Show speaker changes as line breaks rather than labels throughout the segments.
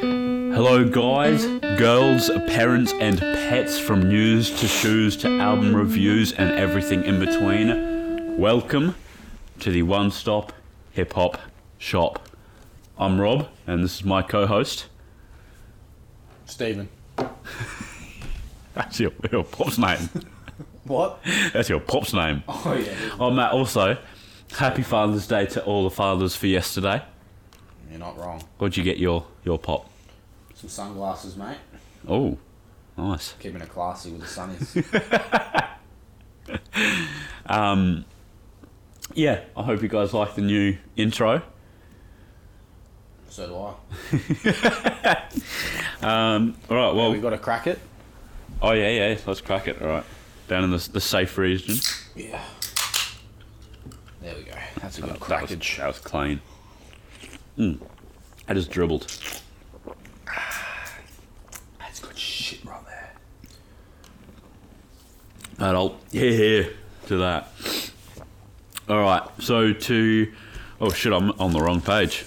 Hello, guys, girls, parents, and pets from news to shoes to album reviews and everything in between. Welcome to the one stop hip hop shop. I'm Rob, and this is my co host.
Steven.
That's your, your pop's name.
What?
That's your pop's name.
Oh yeah.
Oh, Matt, also, happy Father's Day to all the fathers for yesterday.
You're not wrong.
What'd you get your, your pop?
Some sunglasses, mate.
Oh, nice.
Keeping it classy with the sunnies.
Yeah, I hope you guys like the new intro.
so do I.
All right, well,
We got to crack it.
Oh yeah, yeah. Let's crack it. All right, down in the, the safe region. Oh,
Yeah. There we go. That's a good
That was,
crackage.
that was clean. Mm. I just dribbled.
That's good shit right there.
Adult. Yeah, yeah. To that. All right. So to. Oh shit! I'm on the wrong page.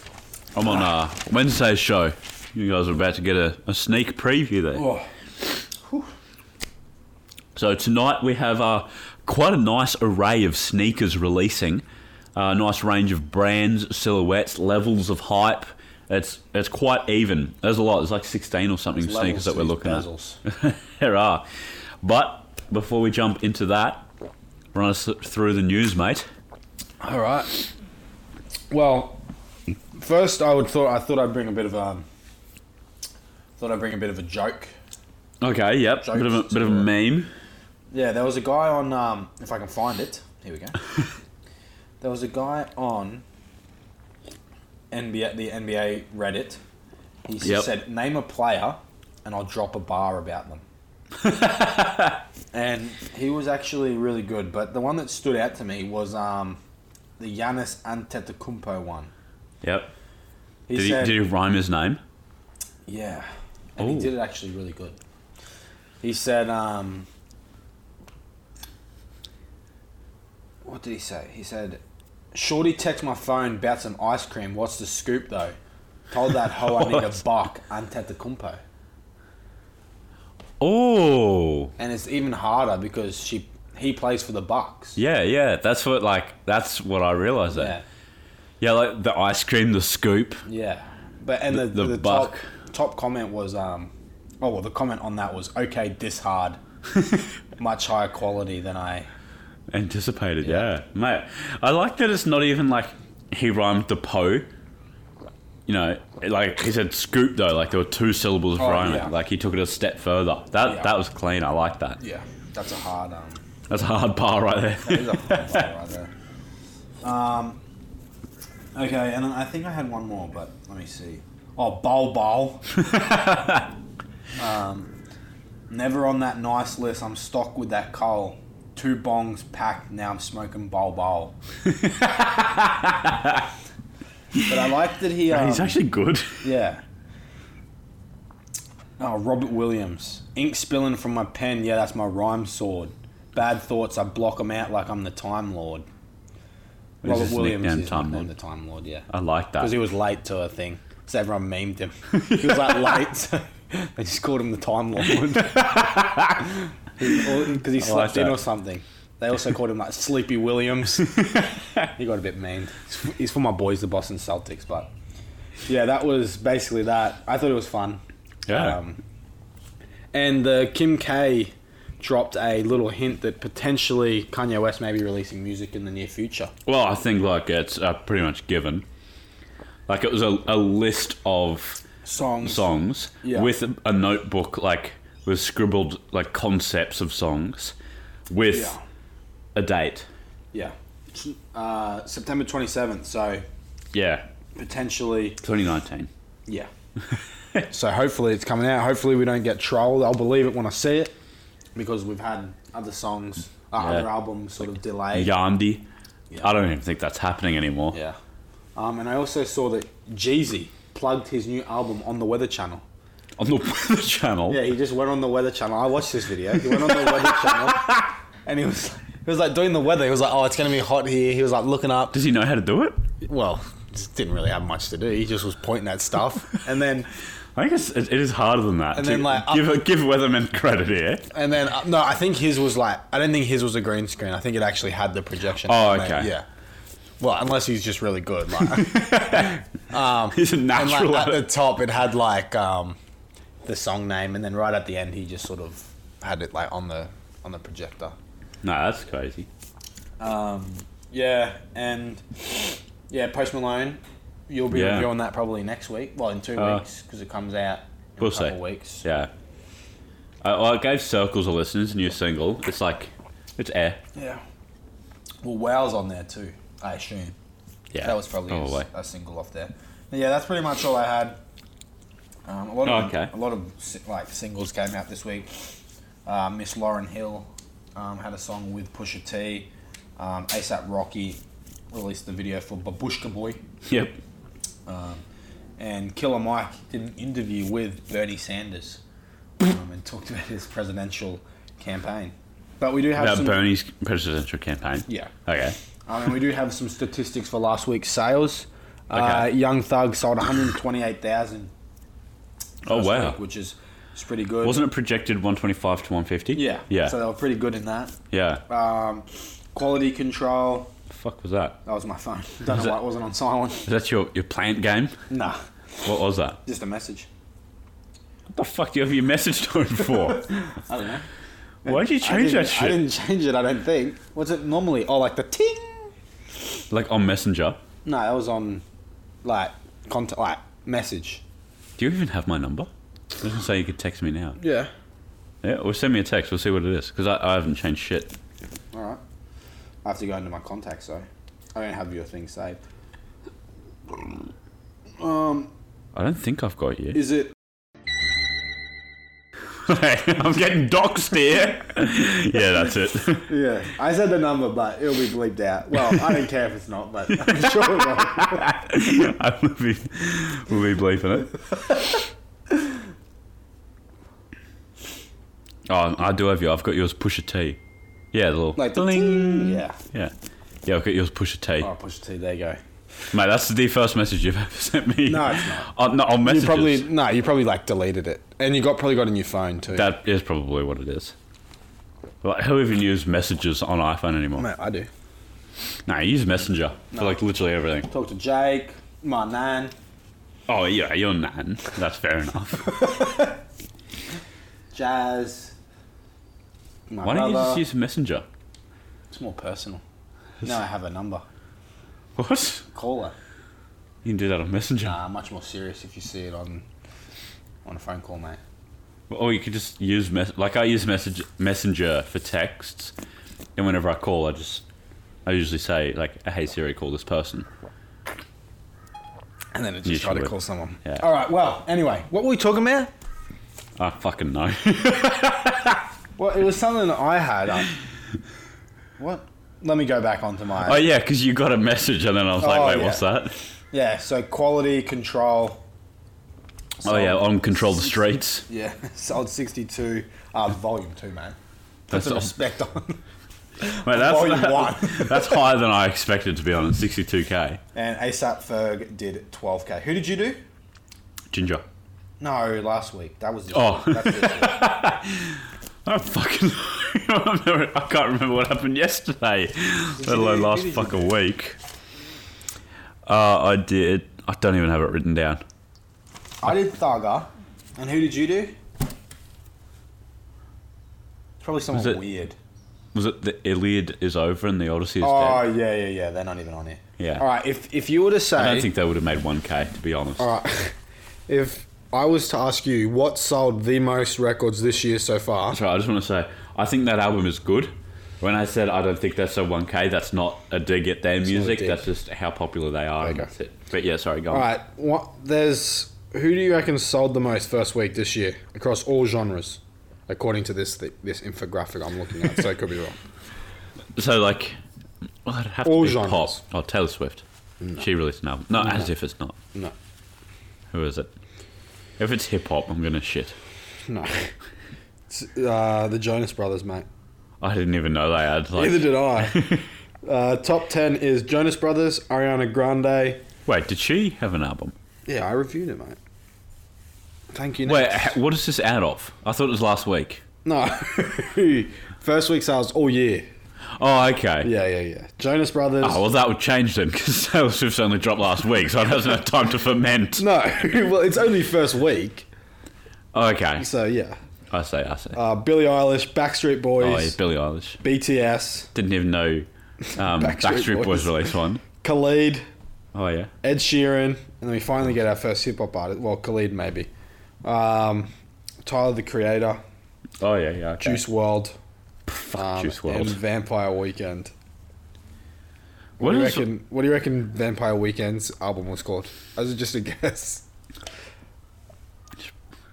I'm on uh, Wednesday's show. You guys are about to get a, a sneak preview there.
Oh,
So tonight we have uh, quite a nice array of sneakers releasing. Uh, A nice range of brands, silhouettes, levels of hype. It's it's quite even. There's a lot. There's like 16 or something sneakers that we're looking at. there are. But before we jump into that, run us through the news, mate.
All right. Well, first I would thought I thought I'd bring a bit of um. Thought I'd bring a bit of a joke.
Okay, yep. Bit of a, bit of a meme.
Yeah, there was a guy on. Um, if I can find it, here we go. there was a guy on NBA, the NBA Reddit. He s-
Yep.
said, "Name a player, and I'll drop a bar about them." and he was actually really good, but the one that stood out to me was um, the Giannis Antetokounmpo one.
Yep.
He
Did he,
said,
did he rhyme his name?
Yeah. And he
Ooh.
did it actually really good. He said, um, what did he say? He said, Shorty text my phone about some ice cream. What's the scoop though? Told that hoe I need a buck, Antetokounmpo.
Oh.
And it's even harder because she he plays for the Bucks.
Yeah, yeah. That's what like that's what I realized there.
Yeah.
Yeah, like the ice cream, the scoop.
Yeah. But and the,
The-
the,
the
top,
buck.
top comment was um oh well the comment on that was okay this hard. Much higher quality than I
Anticipated, yeah. Mate, I like that it's not even like he rhymed the po. You know, like he said scoop though, like there were two syllables of
Oh,
rhyming.
yeah.
Like he took it a step further. That
Yeah.
that was clean, I like that.
Yeah, that's a hard um.
That's a hard bar right there.
That is a hard one right there. Um. Okay, and then I think I had one more, but let me see. Oh, bowl bowl. um, never on that nice list. I'm stuck with that coal. Two bongs packed. Now I'm smoking bowl bowl. but I like that he. Um,
He's actually good.
yeah. Oh, Robert Williams. Ink spilling from my pen. Yeah, that's my rhyme sword. Bad thoughts. I block them out like I'm the Time Lord.
Is
Robert
his
Williams
nickname
is
Time
nicknamed
Lord?
the Time Lord. Yeah,
I like
because
that.
he was late to a thing, so everyone memed him. He was like late. so they just called him the Time Lord because he slept in
that.
or something. They also called him like Sleepy Williams. he got a bit memed. He's for my boys, the Boston Celtics, but yeah, that was basically that. I thought it was fun.
yeah.
Um, and the Kim K dropped a little hint that potentially Kanye West may be releasing music in the near future.
well, I think like it's uh, pretty much given. Like it was a, a list of
Songs.
songs
Yeah.
with a- a notebook like with scribbled like concepts of songs with
Yeah.
a date.
Yeah. Uh, September 27th, so
Yeah,
potentially.
2019.
Yeah. so hopefully it's coming out. Hopefully we don't get trolled. I'll believe it when I see it because we've had other songs, uh,
Yeah.
other albums sort of delayed.
Yandi.
Yeah.
I don't even think that's happening anymore.
Yeah. Um, and I also saw that Jeezy plugged his new album on the Weather Channel.
On the Weather Channel.
Yeah, he just went on the Weather Channel. I watched this video. He went on the Weather Channel and he was he was like doing the weather. He was like, "Oh, it's gonna be hot here." He was like looking up.
Does he know how to do it?
Well, just didn't really have much to do. He just was pointing at stuff, and then
I think it's, it it is harder than that.
And
to
then, like, up-
give give Weatherman credit here.
and then uh, no, I think his was like I don't think his was a green screen. I think it actually had the projection.
Oh,
element,
okay.
yeah. Well, unless he's just really good. Like,
He's a
Um, and
natural.
like, at
at
the
it.
top, it had like um, the song name, and then right at the end, he just sort of had it like on the on the projector.
no, that's crazy.
Um, yeah, and yeah, Post Malone, you'll be
Yeah.
reviewing that probably next week. Well, in two weeks 'cause
Uh,
weeks because it comes out in
we'll
a couple
see.
weeks.
Yeah. I, I gave Circles a listen. It's a new single. It's like, it's air.
Yeah. Well, Wow's on there too. I assume
Yeah.
that was probably a s-
probably.
a, single off there. But yeah, that's pretty much all I had. Um, a lot
Oh,
of
okay.
a lot of si- like singles came out this week. Uh, Miss Lauren Hill um, had a song with Pusha T. Um, ASAP Rocky released the video for Babushka Boy.
Yep.
and Killer Mike did an interview with Bernie Sanders um, and talked about his presidential campaign. But we do have
About
some,
Bernie's presidential campaign.
yeah,
Okay.
um, and we do have some statistics for last week's sales. Uh,
Okay.
Young Thug sold 128,000.
Oh
last
wow.
week, which is it's pretty good.
Wasn't it projected 125 to 150?
yeah,
Yeah.
So they were pretty good in that.
yeah.
Um, quality control.
the fuck was that?
That was my phone. Don't know
it-
why it wasn't on silent.
Is that your, your plant game?
Nah,
What was that?
just a message.
What the fuck do you have your message tone for?
I don't know.
Why did you
I
change
didn't-
that
I
shit?
didn't change it. I don't think. What's it normally? Oh, like the ting.
Like on Messenger.
No, that was on like contact, like message.
Do you even have my number? It doesn't say you could text me now.
Yeah.
Yeah, or send me a text. We'll see what it is. Because I, I haven't changed shit.
All right. I have to go into my contacts though. I don't have your thing saved. Um,
I don't think I've got you.
is it?
I'm getting doxxed here. yeah, that's it.
Yeah, I said the number, but it'll be bleeped out. Well, I don't care if it's not, but I'm sure it will.
I will be, will be bleeping it. Oh, I do have you. I've got yours. Push a T. Yeah, the little.
Like the
bling.
ting. Yeah.
Yeah. Yeah, I've got yours. Push a T.
Oh, push T. There you go.
Mate, that's the first message you've ever sent me.
No, it's not.
Oh, no, on
You
messages.
probably no. You probably like deleted it, and you got probably got a new phone too.
That is probably what it is. Like, who even uses messages on iPhone anymore?
Mate, I do.
No, you use Messenger for like literally everything.
Talk to Jake, my nan.
Oh, yeah, you're nan. That's fair enough.
Jazz. My
Why don't you just use Messenger?
it's more personal. Now I have a number.
What?
Call her.
You can do that on Messenger.
Nah, much more serious if you see it on on a phone call, mate.
Or you could just use mes- like I use message messenger for texts, and whenever I call, I just I usually say like, "Hey Siri, call this person."
And then it
You
just try to
should.
call someone.
Yeah.
All right. Well, anyway, what were we talking about?
I fucking know.
Well, it was something that I had. Um, what? Let me go back onto my.
oh yeah, because you got a message, and then I was like,
Oh,
"Wait,
yeah.
what's that?"
yeah. So quality control.
oh
Sold-
yeah, on control the streets.
Yeah. Sold sixty-two. Uh, volume two, man. Put
That's
some
all-
respect on.
Wait, that's
volume one.
that's higher than I expected to be on. Sixty-two k.
And ASAP Ferg did twelve k. Who did you do?
Ginger.
No, last week. That was. This
Oh.
Week. That's this week.
I don't fucking. I never- I can't remember what happened yesterday, let alone
do-
last
who did you
fucking week. Uh, I did. I don't even have it written down.
I did Thugger. And who did you do? It's probably someone
Was it-
weird.
Was it the Iliad is over and the Odyssey is
Oh
dead?
yeah, yeah, yeah. They're not even on here.
Yeah.
All right. If if you were to say,
I don't think they would have made 1K, to be honest.
all right, if I was to ask you what sold the most records this year so far,
That's right, I just want to say, I think that album is good. When I said I don't think that's a 1K, that's not a dig at their
not a
music.
dig.
That's just how popular they are. and
Okay.
That's it. But yeah, sorry, go on.
All right, what there's who do you reckon sold the most first week this year across all genres, according to this thi- this infographic I'm looking at? so it could be wrong.
So, like, well, it'd have
All
to be
genres.
pop. Oh, Taylor Swift. She released an album. No, as if it's not.
No,
Who is it? If it's hip hop, I'm going to shit.
no. It's, uh, the Jonas Brothers, mate.
I didn't even know they had. Like,
Neither did I. uh, top ten is Jonas Brothers, Ariana Grande,
Wait, did she have an album?
Yeah, I reviewed it, mate. Thank you.
Wait,
Nat.
h- what is this out of? I thought it was last week.
no. First week sales all year.
Oh, okay.
Yeah, yeah, yeah. Jonas Brothers.
Oh, well, that would change then, because Sales Swift's only dropped last week, so it hasn't had time to ferment.
No, well, it's only first week,
Okay.
so yeah.
I say, I say.
Uh, Billie Eilish, Backstreet
Oh, yeah,
Boys,
Billie Eilish.
BTS,
Didn't even know um, Backstreet, Boys.
Boys.
released one.
Khalid,
Oh, yeah.
Ed Sheeran, and then we finally get our first hip hop artist. Well, Khalid maybe. Um, Tyler the Creator,
Oh, yeah, yeah. okay.
Juice World, um,
Juice WRLD.
and Vampire Weekend. What,
What
do you
is-
reckon? What do you reckon Vampire Weekend's album was called? As just a guess,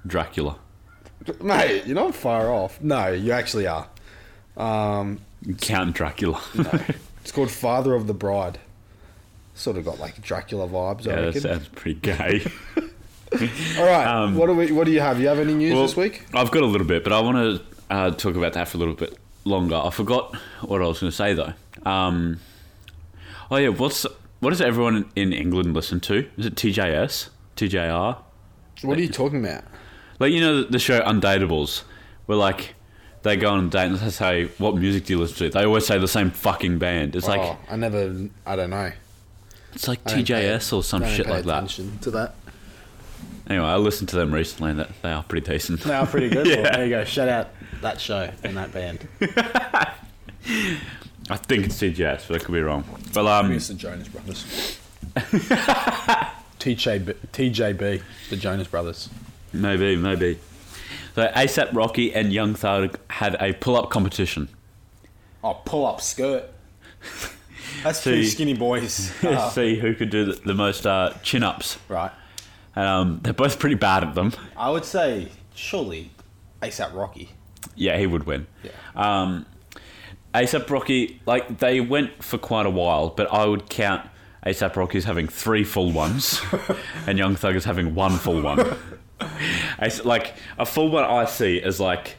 Dracula.
mate. You're not far off. No, you actually are. Um,
Count Dracula.
it's called Father of the Bride. Sort of got like Dracula vibes. I
yeah, that
reckon.
sounds pretty gay.
All right.
Um,
what do we? What do you have? You have any news
Well,
this week?
I've got a little bit, but I want to uh, talk about that for a little bit longer. I forgot what I was going to say though. Um, oh yeah, what's what does everyone in England listen to? Is it TJS, TJR?
What are you talking about?
Like you know the- the show Undateables, where like they go on a date and they say, "What music do you listen to?" They always say the same fucking band. It's like
oh, I never. I don't know.
it's like
I don't pay-
TJS or some
don't
shit
pay
like that.
attention To that.
Anyway, I listened to them recently, and that they are pretty decent.
They are pretty good.
Yeah. Well, there
you go. Shout out that show and that band.
I think it's TJS, but I could be wrong. But um,
Here's the Jonas Brothers.
TJB, TJB, the Jonas Brothers.
Maybe, maybe. So ASAP Rocky and Young Thug had a pull-up competition.
Oh, pull up skirt. That's two
See-
skinny boys.
to
Ah.
Uh,
See who could do the, the most uh, chin-ups.
right.
Um, they're both pretty bad at them.
I would say surely ASAP Rocky.
Yeah, he would win.
Yeah.
Um, ASAP Rocky, like they went for quite a while, but I would count ASAP Rocky as having three full ones, and Young Thug as having one full one. It's like a full one, I see as like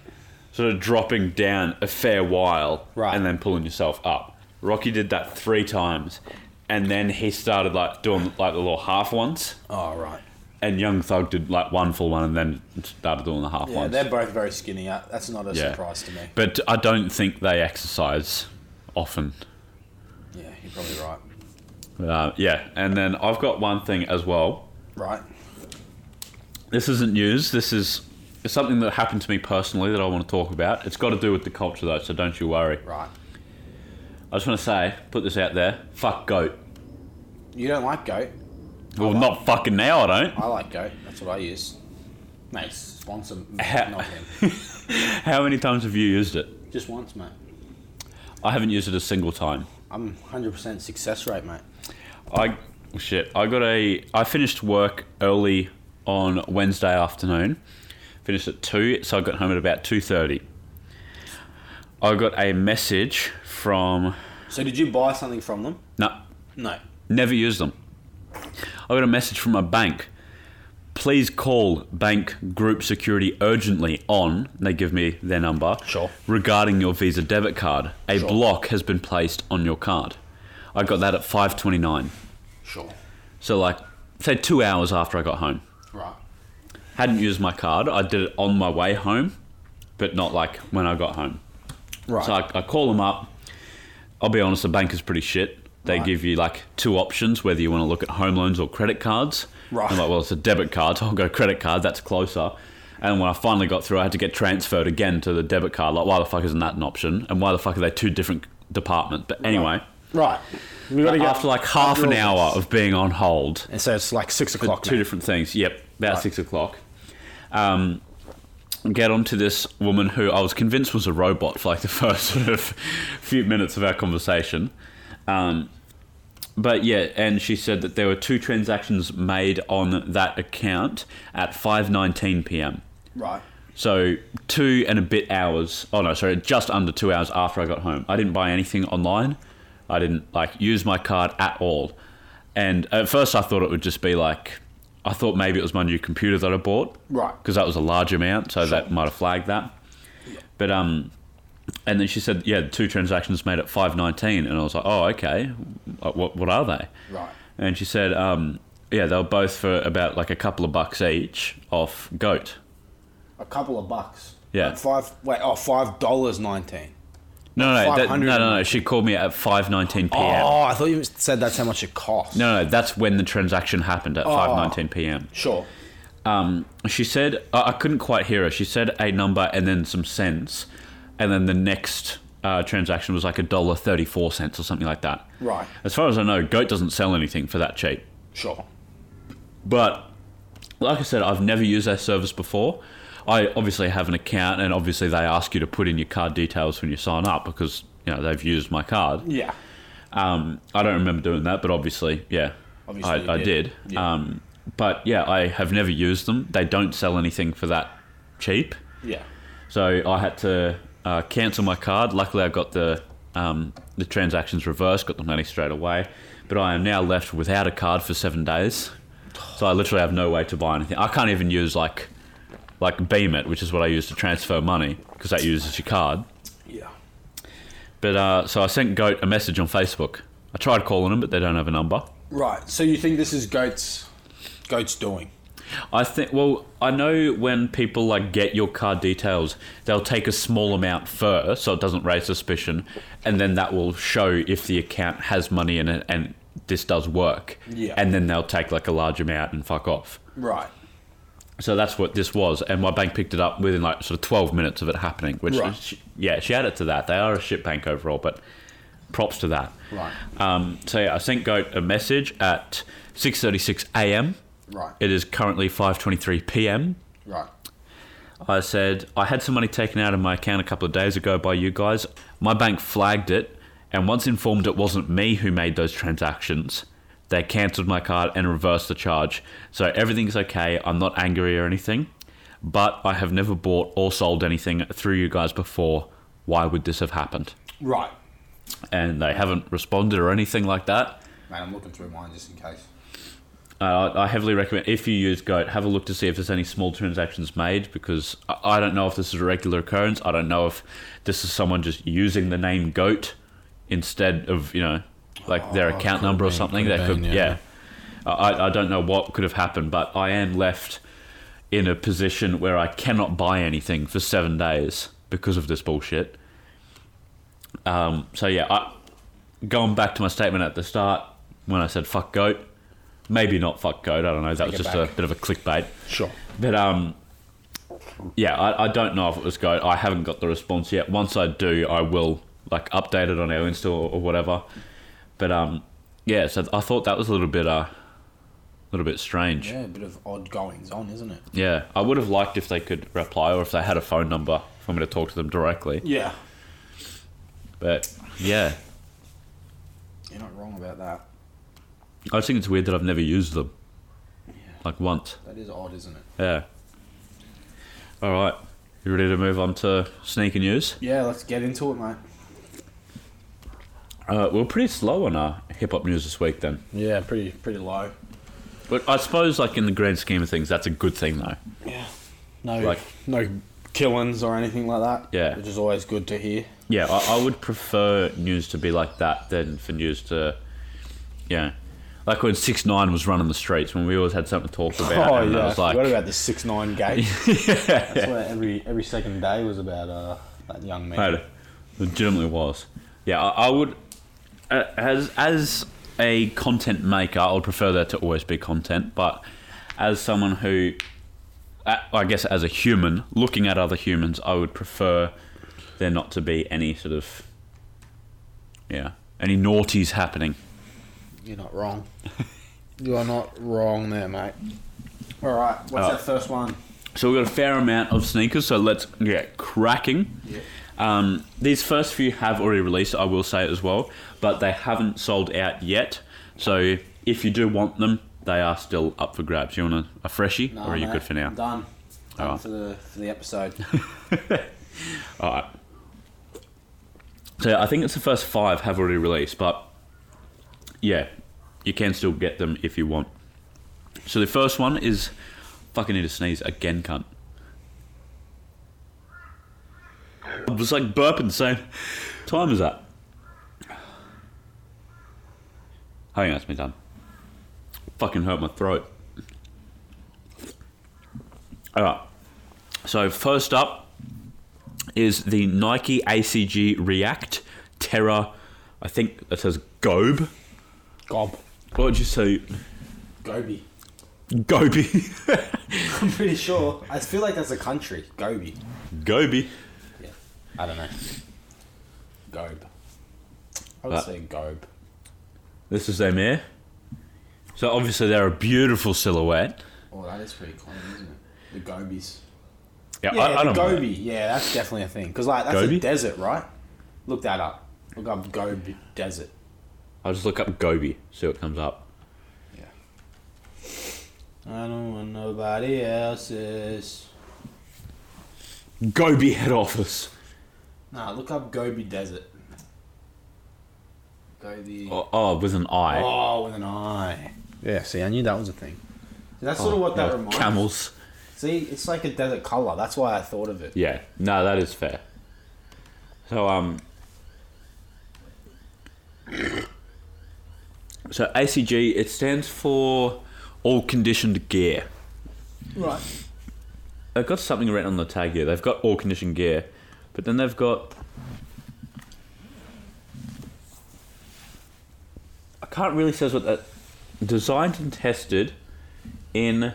sort of dropping down a fair while,
Right.
and then pulling yourself up. Rocky did that three times, and then he started like doing like the little half ones,
Oh right.
and Young Thug did like one full one, and then started doing the half
Yeah,
ones.
they're both very skinny. Uh, That's not a
Yeah.
surprise to me.
But I don't think they exercise often.
Yeah, you're probably right.
Uh, yeah, and then I've got one thing as well.
Right.
This isn't news. This is something that happened to me personally that I want to talk about. It's got to do with the culture though, so don't you worry.
Right.
I just want to say, put this out there. Fuck goat.
You don't like goat.
Well, not fucking now. I don't.
I like goat. That's what I use. Mate, sponsor m-
Ha-
not him.
How many times have you used it?
Just once, mate.
I haven't used it a single time.
I'm 100% success rate, mate.
I shit. I got a. I finished work early on Wednesday afternoon. Finished at two, so I got home at about two thirty. I got a message from.
So did you buy something from them?
No,
No.
never used them. I got a message from a bank. Please call bank group security urgently on. They give me their number.
Sure.
Regarding your Visa debit card, a block has been placed on your card. I got that at five twenty nine.
Sure.
So like say two hours after I got home.
Right.
Hadn't used my card. I did it on my way home, but not like when I got home.
Right.
So I, I call them up. I'll be honest, the bank is pretty shit. They
Right.
give you like two options whether you want to look at home loans or credit cards.
Right.
I'm like, well, it's a debit card, so I'll go credit card. That's closer. And when I finally got through, I had to get transferred again to the debit card. Like, why the fuck isn't that an option? And why the fuck are they two different departments? But anyway,
Right. We gotta get
after like half an
after all
hour
this.
of being on hold,
And so it's like six
for
o'clock.
two
now.
different things. Yep, about six o'clock. Um, get onto this woman who I was convinced was a robot for like the first sort of few minutes of our conversation. Um, but yeah, and she said that there were two transactions made on that account at 5:19 p.m.
Right.
So two and a bit hours. Oh no, sorry, just under two hours after I got home. I didn't buy anything online. I didn't like use my card at all. And at first, I thought it would just be like, I thought maybe it was my new computer that I bought,
Right.
Because that was a large amount, so that might have flagged that. But um, and then she said, yeah, two transactions made at five nineteen, and I was like, oh okay, Uh, what what are they?
Right.
and she said, um, yeah, they were both for about like a couple of bucks each off Goat.
A couple of bucks.
Yeah.
Like five. Wait. Oh, five dollars nineteen.
No, no, that, no,
500.
no, no. She called me at five nineteen p.m.
Oh, I thought you said that's how much it costs.
No, no, that's when the transaction happened at
Oh.
five nineteen p.m.
Sure.
Um, she said I I couldn't quite hear her. She said a number and then some cents, and then the next uh, transaction was like a dollar thirty four cents or something like that.
Right.
As far as I know, Goat doesn't sell anything for that cheap.
Sure.
But like I said, I've never used their service before. I obviously have an account, and obviously they ask you to put in your card details when you sign up because you know they've used my card.
Yeah.
Um, I don't remember doing that, but obviously, yeah,
Obviously you
I, I
did.
did.
Yeah.
Um, but yeah, I have never used them. They don't sell anything for that cheap,
Yeah.
so I had to uh, cancel my card. Luckily, I got the um, the transactions reversed, got the money straight away. But I am now left without a card for seven days, so I literally have no way to buy anything. I can't even use like like Beam it, which is what I use to transfer money because that uses your card.
Yeah.
But uh, so I sent Goat a message on Facebook. I tried calling them, but they don't have a number.
Right. So you think this is goats? Goats doing.
I think. Well, I know when people like get your card details, they'll take a small amount first, so it doesn't raise suspicion, and then that will show if the account has money in it and this does work.
Yeah.
And then they'll take like a large amount and fuck off.
Right.
So that's what this was, and my bank picked it up within like sort of twelve minutes of it happening. Which,
Right.
is- yeah, shout out to that. They are a shit bank overall, but props to that.
Right.
Um, so yeah, I sent Goat a message at six thirty six a.m.
Right.
It is currently five twenty three p.m.
Right.
I said, I had some money taken out of my account a couple of days ago by you guys. My bank flagged it, and once informed it wasn't me who made those transactions, they cancelled my card and reversed the charge. So everything's okay. I'm not angry or anything, but I have never bought or sold anything through you guys before. Why would this have happened?
Right.
And they haven't responded or anything like that.
Man, I'm looking through mine just in case.
Uh, I heavily recommend if you use Goat, have a look to see if there's any small transactions made because I, I don't know if this is a regular occurrence. I don't know if this is someone just using the name Goat instead of you know like their
Oh,
account
could
number or
be,
something.
could
That
be,
could
yeah.
yeah. I- I I don't know what could have happened, but I am left in a position where I cannot buy anything for seven days because of this bullshit. Um, so yeah, I, going back to my statement at the start when I said fuck goat, maybe not fuck goat. I don't know. That was
Take it
just a
back.
bit of a clickbait.
Sure.
But um, yeah, I, I don't know if it was goat. I haven't got the response yet. Once I do, I will like update it on our Insta or, or whatever. But um, yeah. So I thought that was a little bit uh, a little bit strange.
Yeah, a bit of odd goings on, isn't it?
Yeah, I would have liked if they could reply or if they had a phone number for me to talk to them directly.
Yeah.
But yeah,
You're not wrong about that.
I just think it's weird that I've never used them. Like once.
That is odd, isn't it?
Yeah. All right. You ready to move on to sneaker news?
Yeah, let's get into it, mate.
Uh, we are pretty slow on our hip hop news this week then.
Yeah, pretty pretty low.
But I suppose, like, in the grand scheme of things, that's a good thing though.
Yeah. No
Like-
no killings or anything like that.
Yeah.
Which is always good to hear.
Yeah, I, I would prefer news to be like that than for news to, yeah, like when Six Nine was running the streets when we always had something to talk about. and I was
I
like,
forgot Oh, about the six nine gate. That's what every every second day was about uh that young man.
I had- legitimately was. Yeah, I, I would uh, as as a content maker, I would prefer there to always be content. But as someone who, I I guess, as a human looking at other humans, I would prefer there not to be any sort of yeah any naughties happening.
You're not wrong.
You are not wrong there, mate.
All right, what's
Oh.
that first one?
So we've got a fair amount of sneakers, so let's get cracking. Um, these first few have already released, I will say as well, but they haven't sold out yet. So if you do want them, they are still up for grabs. You want a, a freshie,
No,
or are you
mate,
good for now?
I'm done. Done
right.
for the for the episode.
All right. So I think it's the first five have already released, but yeah, you can still get them if you want. So the first one is fucking need to sneeze again, cunt. I was like burping, saying, "Time is that?" I think that's me done. fucking hurt my throat. All right. So first up is the Nike ACG React Terra. I think it says Gobe.
Gob.
What would you say,
Gobi.
Gobi?
I'm pretty sure. I feel like that's a country. Gobi.
Gobi.
Yeah. I don't know. Gob. I would
That-
say Gob.
This is their mare. So obviously they're a beautiful silhouette.
Oh, that is pretty common, isn't it? The Gobies.
Yeah,
Yeah,
I, I
the
don't know.
Gobi. Yeah, that's definitely a thing. Because like that's
Gobi?
a desert, right? Look that up. Look up Gobi desert.
I'll just look up Gobi, see what comes up.
Yeah. I don't want nobody else's.
Gobi head office.
Nah, look up Gobi desert. Gobi.
Oh, oh, with an eye.
Oh, with an eye. Yeah, see, I knew that was a thing. That's sort of what that
Oh, Yeah,
reminds.
Camels.
See, it's like a desert color. That's why I thought of it.
Yeah. No, that is fair. So um. So ACG it stands for all conditioned gear.
Right.
They've got something written on the tag here. They've got all conditioned gear, but then they've got. I can't really says what that. Designed and tested, in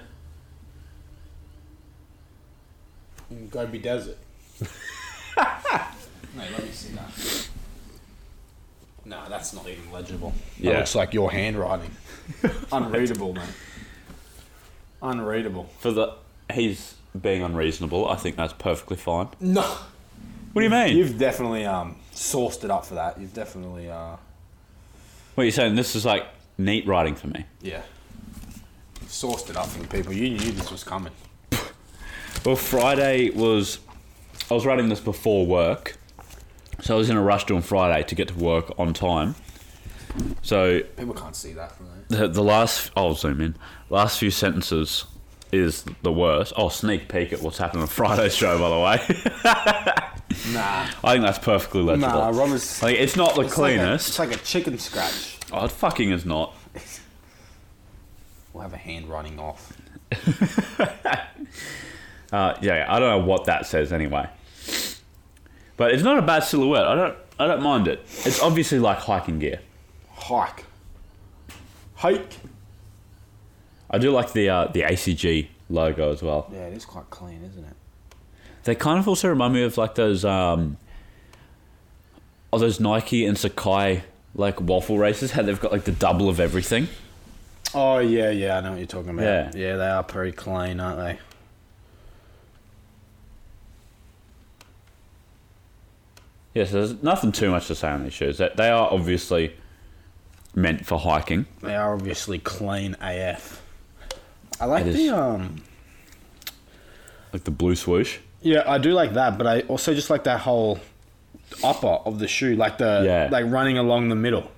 Gobi desert. no, let me see that. No, that's not even legible.
Yeah.
That looks like your handwriting. Unreadable, man. Unreadable.
for the he's being unreasonable. I think that's perfectly fine.
No.
What do you mean?
You've definitely um sourced it up for that. You've definitely uh
What are you saying? This is like neat writing for me.
yeah. Sourced it up for the people. You knew this was coming.
Well, Friday was. I was writing this before work, so I was in a rush on Friday to get to work on time. So
People can't see that from there.
the, the last. I'll zoom in. Last few sentences is the worst. Oh, sneak peek at what's happened on Friday's show, by the way.
Nah.
I think that's perfectly legible.
Nah, Ron is
like, it's not the
it's like a-
cleanest.
it's like a chicken scratch.
oh, it fucking is not.
We'll have a handwriting off.
Uh, yeah, I don't know what that says anyway. But it's not a bad silhouette. I don't. I don't mind it. It's obviously like hiking gear.
Hike. Hike.
I do like the uh, the ACG logo as well.
Yeah, it is quite clean, isn't it?
They kind of also remind me of like those um, oh those Nike and Sakai like waffle races. How they've got like the double of everything.
Oh yeah, yeah, I know what you're talking about.
Yeah.
yeah, they are pretty clean, aren't they?
Yes, there's nothing too much to say on these shoes. That they are obviously meant for hiking.
They are obviously clean AF. I like
It
the
is.
um.
Like the blue swoosh.
Yeah, I do like that, but I also just like that whole upper of the shoe, like the
Yeah.
like running along the middle,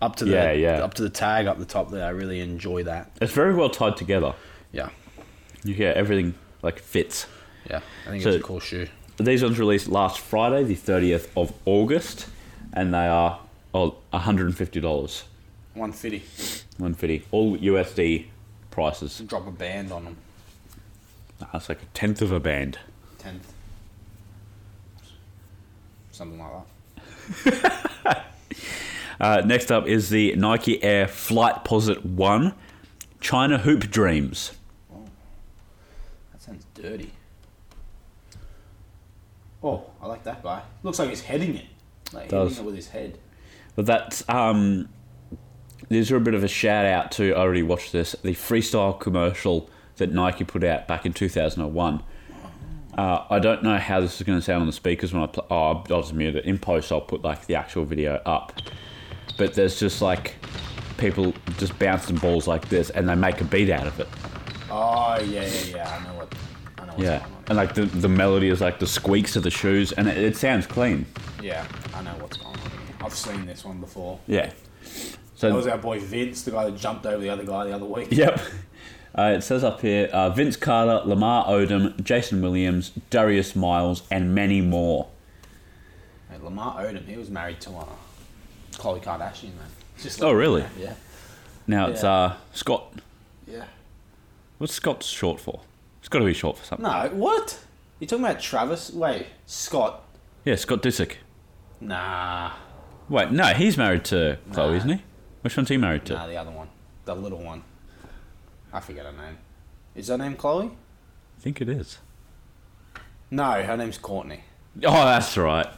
up to the
Yeah, yeah.
up to the tag up the top. There, I really enjoy that.
It's very well tied together.
Yeah,
You hear everything like fits.
yeah, I think
So-
it's a cool shoe.
These ones released last Friday, the 30th of August, and they are oh, $150.
One fifty.
150 all USD prices.
Drop a band on them.
Nah, That's like a tenth of a band.
Tenth. Something like that.
Uh, next up is the Nike Air Flight Posit 1 China Hoop Dreams.
That sounds dirty. Oh, I like that guy. Looks like he's heading it. Like
Does.
hitting it with his head.
But that's, um, these are a bit of a shout out to, I already watched this, the freestyle commercial that Nike put out back in 2001. Uh, I don't know how this is going to sound on the speakers when I play. Oh, I'll just mute it. In post, I'll put like the actual video up. But there's just like people just bouncing balls like this and they make a beat out of it.
Oh yeah, yeah, yeah. I know what. I know what's
Yeah,
going on.
and like the, the melody is like the squeaks of the shoes, and it, it sounds clean.
Yeah, I know what's going on. here. I've seen this one before.
Yeah.
That
So
was our boy Vince, the guy that jumped over the other guy the other week.
yep. Uh, it says up here uh, Vince Carter, Lamar Odom, Jason Williams, Darius Miles, and many more.
Hey, Lamar Odom, he was married to uh, Khloe Kardashian, man. Just
Oh, really?
Yeah.
Now it's
Yeah.
uh, Scott.
Yeah.
What's Scott short for? It's got to be short for something.
No, what? You talking about Travis? Wait, Scott?
Yeah, Scott Disick.
Nah,
Wait, no, he's married to Chloe, isn't he? Which one's he married to?
nah, the other one, the little one. I forget her name. Is her name Chloe?
I think it is.
No, her name's Courtney.
Oh, that's right.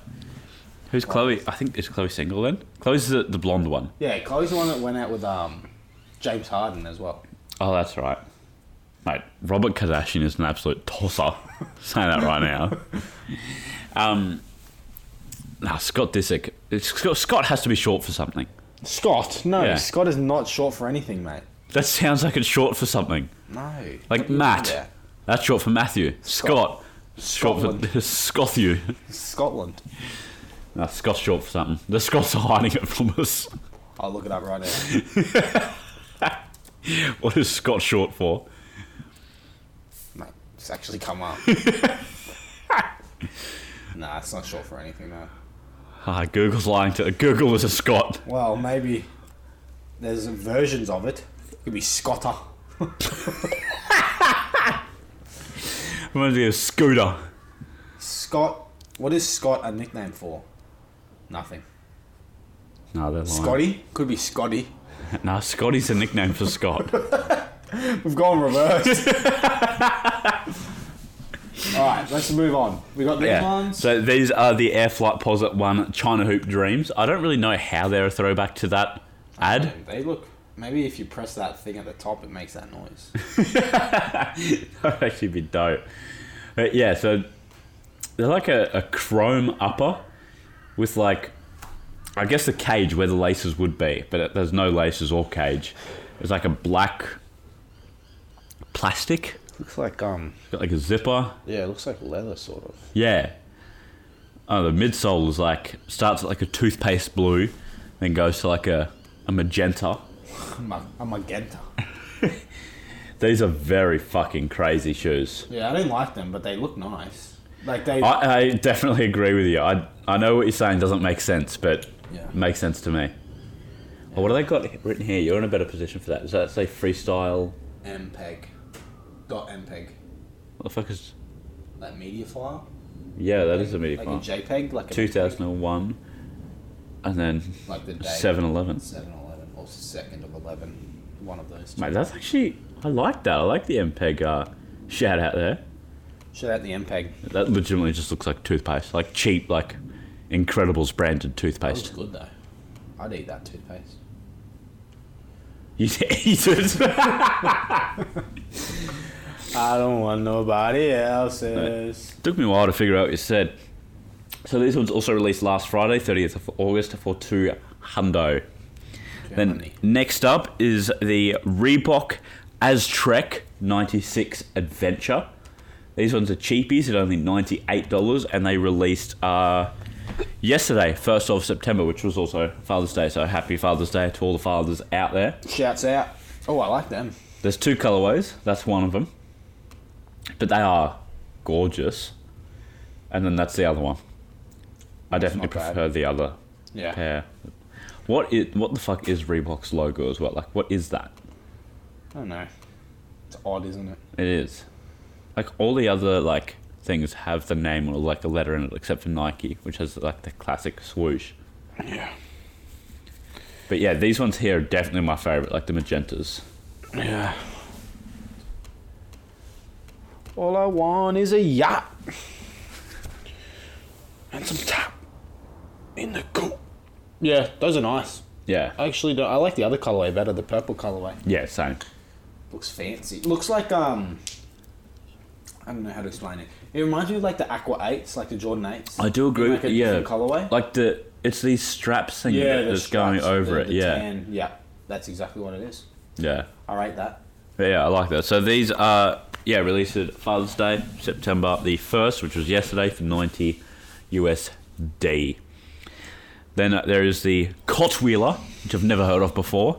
Who's Chloe? I think is Chloe single then? Chloe's the, the blonde one.
Yeah, Chloe's the one that went out with um, James Harden as well.
Oh, that's right. Mate, Robert Kardashian is an absolute tosser. Saying that right now. Um, nah, Scott Disick. It's, Scott, Scott has to be short for something.
Scott? No,
Yeah.
Scott is not short for anything, mate.
That sounds like it's short for something.
No.
Like Matt.
Yeah.
That's short for Matthew. Scott. Short for Scothew.
Scotland.
Nah, Scott's short for something. The Scots are hiding it from us.
I'll look it up right now.
What is Scott short for?
mate, it's actually come up. nah, it's not short for anything, though.
Ah, Google's lying to Google is a Scot.
Well, maybe there's versions of it. It could be Scotter.
Reminds me of Scooter.
Scott. What is Scott a nickname for? Nothing.
No, they're lying.
Scotty? Could be Scotty.
No, Scotty's a nickname for Scott.
We've gone reverse. Alright, let's move on. We got these
yeah.
ones.
So these are the Air Flight Posit One China Hoop Dreams. I don't really know how they're a throwback to that ad.
Um, They look. Maybe if you press that thing at the top, it makes that noise.
That'd actually be dope. But yeah, so they're like a, a chrome upper with like, I guess the cage where the laces would be, but it, there's no laces or cage. It's like a black plastic.
looks like um.
It's got like a zipper.
Yeah, it looks like leather, sort of.
Yeah. Oh, the midsole is like starts at like a toothpaste blue, then goes to like a, a magenta.
A magenta.
These are very fucking crazy shoes.
Yeah, I don't like them, but they look nice. Like they.
I, I definitely agree with you. I I know what you're saying doesn't make sense, but
Yeah.
it makes sense to me. Oh, what have they got written here? You're in a better position for that. Does that say freestyle?
MPEG. E Dot E MPEG.
What the fuck is?
That media file.
Yeah, that is a media
like
file.
a JPEG, like a
2001, and then
like the day.
7-Eleven.
7-Eleven, or second of eleven, one of those. Two.
Mate, that's actually I like that. I like the MPEG uh, shout out there.
Shout out the E MPEG.
That legitimately just looks like toothpaste, like cheap, like Incredibles branded
Looks
toothpaste.
good though. I'd eat that toothpaste.
You eat it.
I don't want nobody else's.
Took me a while to figure out what you said. So these ones also released last Friday, 30th of August, for two hundo. Then
Germany.
next up is the Reebok Aztrek 96 Adventure. These ones are cheapies at only $98, and they released uh, yesterday, 1st of September, which was also Father's Day. So happy Father's Day to all the fathers out there.
Shouts out. Oh, I like them.
There's two colorways. That's one of them. But they are gorgeous. And then that's the other one. I definitely
not bad.
prefer the other
Yeah.
pair. What is what the fuck is Reebok's logo as well? Like what is that?
I don't know. It's odd, isn't it?
It is. Like all the other like things have the name or like a letter in it except for Nike, which has like the classic swoosh.
Yeah.
But yeah, these ones here are definitely my favorite, like the magentas.
Yeah. All I want is a yacht and some tap in the coop. Yeah, those are nice.
Yeah.
I actually don't. I like the other colorway better, the purple colorway.
Yeah, same.
Looks fancy. Looks like um. I don't know how to explain it. It reminds me of like the Aqua Eights, like the Jordan Eights.
I do
In,
agree
Like a
with- yeah.
different colorway.
Like the it's these straps thing
yeah,
that-
the
that's
stripes,
going over
the-
it.
the
yeah,
tan. yeah, that's exactly what it is.
yeah,
I rate that.
But yeah. I like that. So these are yeah released at Father's Day, September the first, which was yesterday for ninety USD. Then uh, there is the Cotwheeler, which I've never heard of before.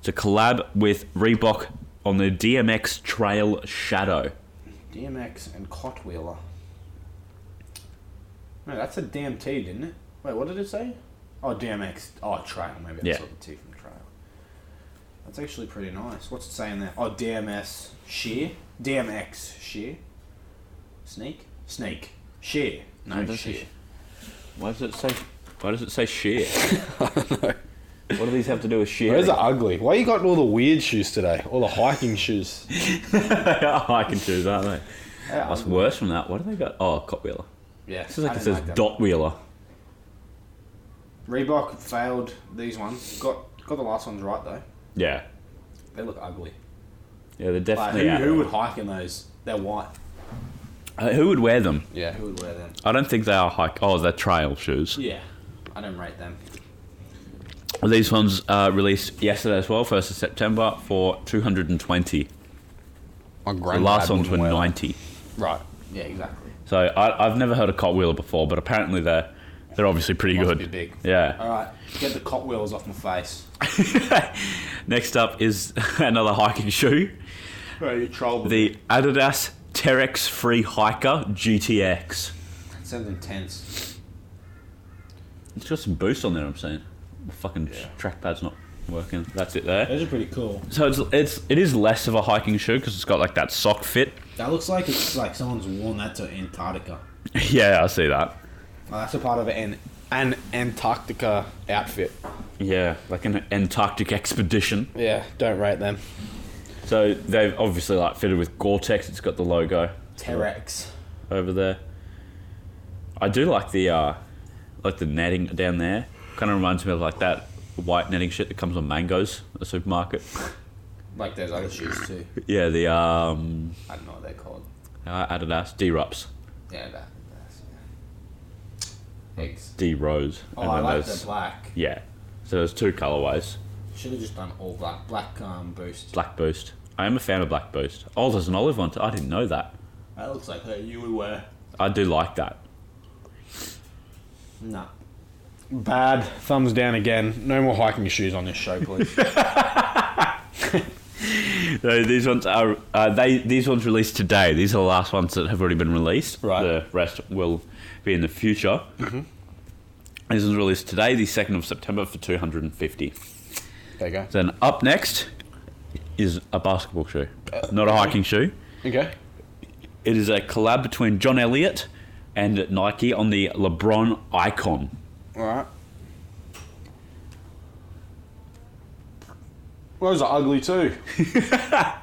It's a collab with Reebok on the DMX Trail Shadow.
DMX and Cotwheeler. No, that's a DMT, didn't it? Wait, what did it say? Oh, DMX. Oh, trail. Maybe I
Yeah.
saw the T from trail. That's actually pretty nice. What's it saying there? Oh, DMS shear. DMX shear. Snake? Snake. Shear. No,
No, that's
shear.
a- Why does it say? Why does it say sheer? What do these have to do with shear?
Those are ugly. Why you got all the weird shoes today? All the hiking shoes.
I can choose, aren't they?
Yeah,
What's
I'm-
worse from that? What do they got? Oh, cop wheeler.
yeah.
This is like
I don't
it says
that.
dot wheeler.
Reebok failed these ones. Got got the last ones right though.
Yeah,
They look ugly.
yeah, they're
Like,
definitely
who,
out
who
there.
would hike in those? They're white.
Uh, who would wear them?
Yeah.
Who would wear them?
I don't think they are hike. Oh, they're trail shoes.
Yeah. I don't rate them.
These ones uh, released yesterday as well, first of September, for two hundred and twenty.
My
The
granddad
last ones
wouldn't
were
wear them.
ninety.
Right.
Yeah, exactly.
So I, I've never heard of cop wheeler before, but apparently they're they're obviously pretty
Must
good.
be big.
Yeah.
All right, get the cot wheels off my face.
Next up is another hiking shoe,
Oh, you troll them.
the Adidas Terex Free Hiker GTX.
Sounds intense.
It's got some boost on there. I'm saying, the fucking trackpad's not working. That's it there.
Those are pretty cool.
So it's it's it is less of a hiking shoe because it's got like that sock fit.
That looks like it's like someone's worn that to Antarctica.
yeah, I see that.
Oh, that's a part of an
An Antarctica outfit.
Yeah, like an Antarctic expedition.
Yeah, don't rate them.
So they've obviously like fitted with Gore-Tex. It's got the logo
Terex.
over there. I do like the uh, like the netting down there. Kind of reminds me of like that white netting shit that comes on mangoes at the supermarket.
Like those other shoes too.
yeah, the um,
I don't know what they're called.
uh, Adidas D-Rups,
Yeah, that. That's, yeah. Eggs.
D-Rose.
Oh, I like
those.
the black.
Yeah. So there's two colorways.
Should have just done all black. Black um, boost.
Black Boost. I am a fan of Black Boost. Oh, there's an olive one. Too. I didn't know that.
That looks like that you would wear.
I do like that.
Nah.
Bad. Thumbs down again. No more hiking shoes on this show, please.
So these ones are uh, they these ones released today. These are the last ones that have already been released.
Right.
The rest will be in the future. Mm-hmm. These ones released today, the second of September, for two hundred and fifty.
there you go.
Then up next is a basketball shoe, not a hiking shoe.
Okay.
It is a collab between John Elliott and Nike on the LeBron Icon.
All right. Those are ugly too.
I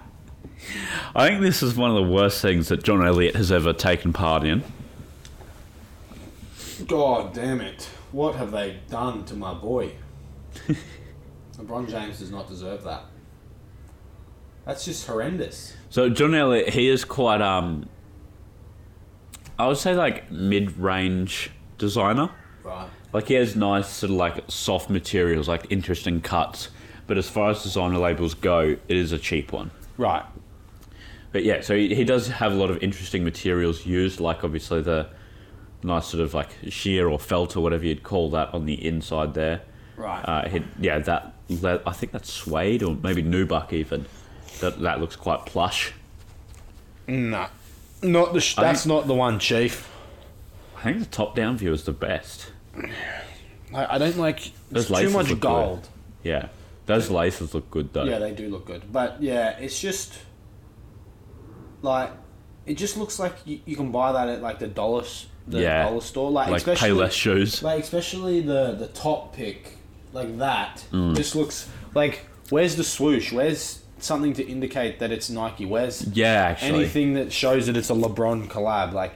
think this is one of the worst things that John Elliott has ever taken part in.
God damn it. What have they done to my boy? LeBron James does not deserve that. That's just horrendous.
So John Elliott, he is quite um, I would say like mid-range designer.
Right.
Like he has nice sort of like soft materials, like interesting cuts. But as far as designer labels go, it is a cheap one.
Right.
But yeah, so he, he does have a lot of interesting materials used, like obviously the nice sort of like sheer or felt or whatever you'd call that on the inside there.
Right.
Uh, he, yeah, that le- I think that's suede or maybe nubuck even. That that looks quite plush.
Nah. Not the. Sh-
I
that's not the one, Chief.
I think the top-down view is the best.
I, I don't like. There's
Those
too
laces look
much
good.
gold.
Yeah, those laces look good though.
Yeah, they do look good. But yeah, it's just like it just looks like you, you can buy that at like the dollar s- the
Yeah.
dollar store. Like,
like
especially
Payless shoes.
like especially the the top pick like that
Mm.
just looks like where's the swoosh? Where's something to indicate that it's Nike? Where's
yeah, actually.
anything that shows that it's a LeBron collab? Like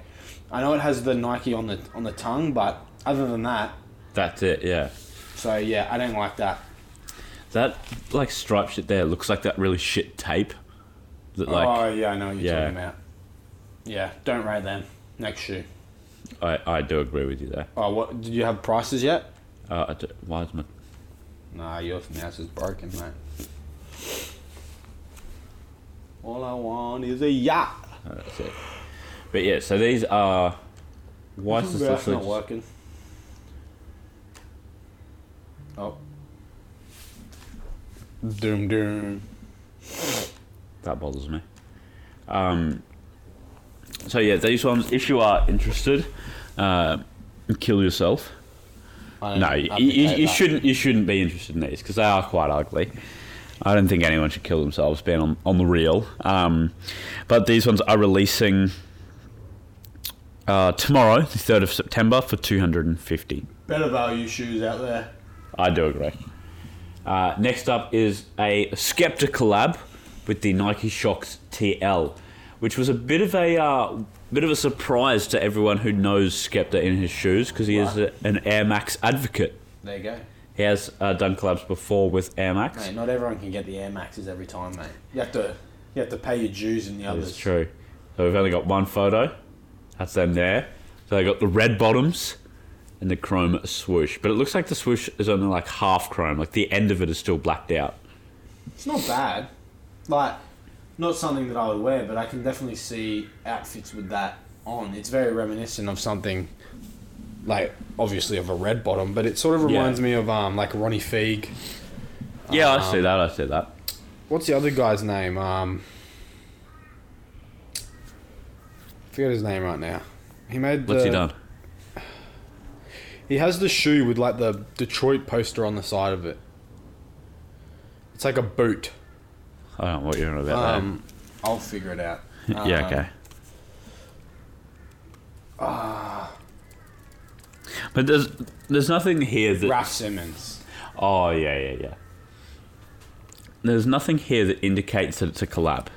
I know it has the Nike on the on the tongue, but other than that,
That's it. Yeah,
so yeah, I don't like that.
that like stripe shit there looks like that really shit tape. That like
oh yeah, I know what you're
yeah.
talking about. Yeah, don't rate them. Next shoe.
I, I do agree with you there.
Oh, what? Did you have prices yet?
Uh, I do, why is my
Nah, your mouse is broken, mate. All I want is a yacht.
oh, that's it. But yeah, so these are. Why is this
That's
also
not
just-
working. Oh,
Doom doom.
That bothers me. Um, so yeah, these ones. If you are interested, uh, kill yourself.
I don't
No, you,
advocate
you, you
that.
shouldn't. You shouldn't be interested in these because they are quite ugly. I don't think anyone should kill themselves, being on, on the real. Um, but these ones are releasing uh, tomorrow, the 3rd of September, for 250
Better value shoes out there.
I do agree. Uh, next up is a Skepta collab with the Nike Shocks TL, which was a bit of a uh, bit of a surprise to everyone who knows Skepta in his shoes because he is a, an Air Max advocate.
There you go.
He has uh, done collabs before with Air Max.
Mate, not everyone can get the Air Maxes every time, mate. You have to, you have to pay your dues in the
It's
others.
true. So we've only got one photo. That's them there. So they got the red bottoms and the chrome swoosh, but it looks like the swoosh is only like half chrome. Like the end of it is still blacked out.
It's not bad. Like, not something that I would wear, but I can definitely see outfits with that on. It's very reminiscent of something,
like obviously of a red bottom, but it sort of reminds me of um like Ronnie Feig.
Yeah, I see that. I see that.
What's the other guy's name? Um, forget his name right now. He made.
What's
the,
he done?
He has the shoe with like the Detroit poster on the side of it. It's like a boot.
I don't know what you're on about.
Um, uh,
I'll figure it out.
there. yeah, okay.
Ah.
but there's there's nothing here that.
Raf Simmons.
Oh yeah, yeah, yeah. There's nothing here that indicates that it's a collab.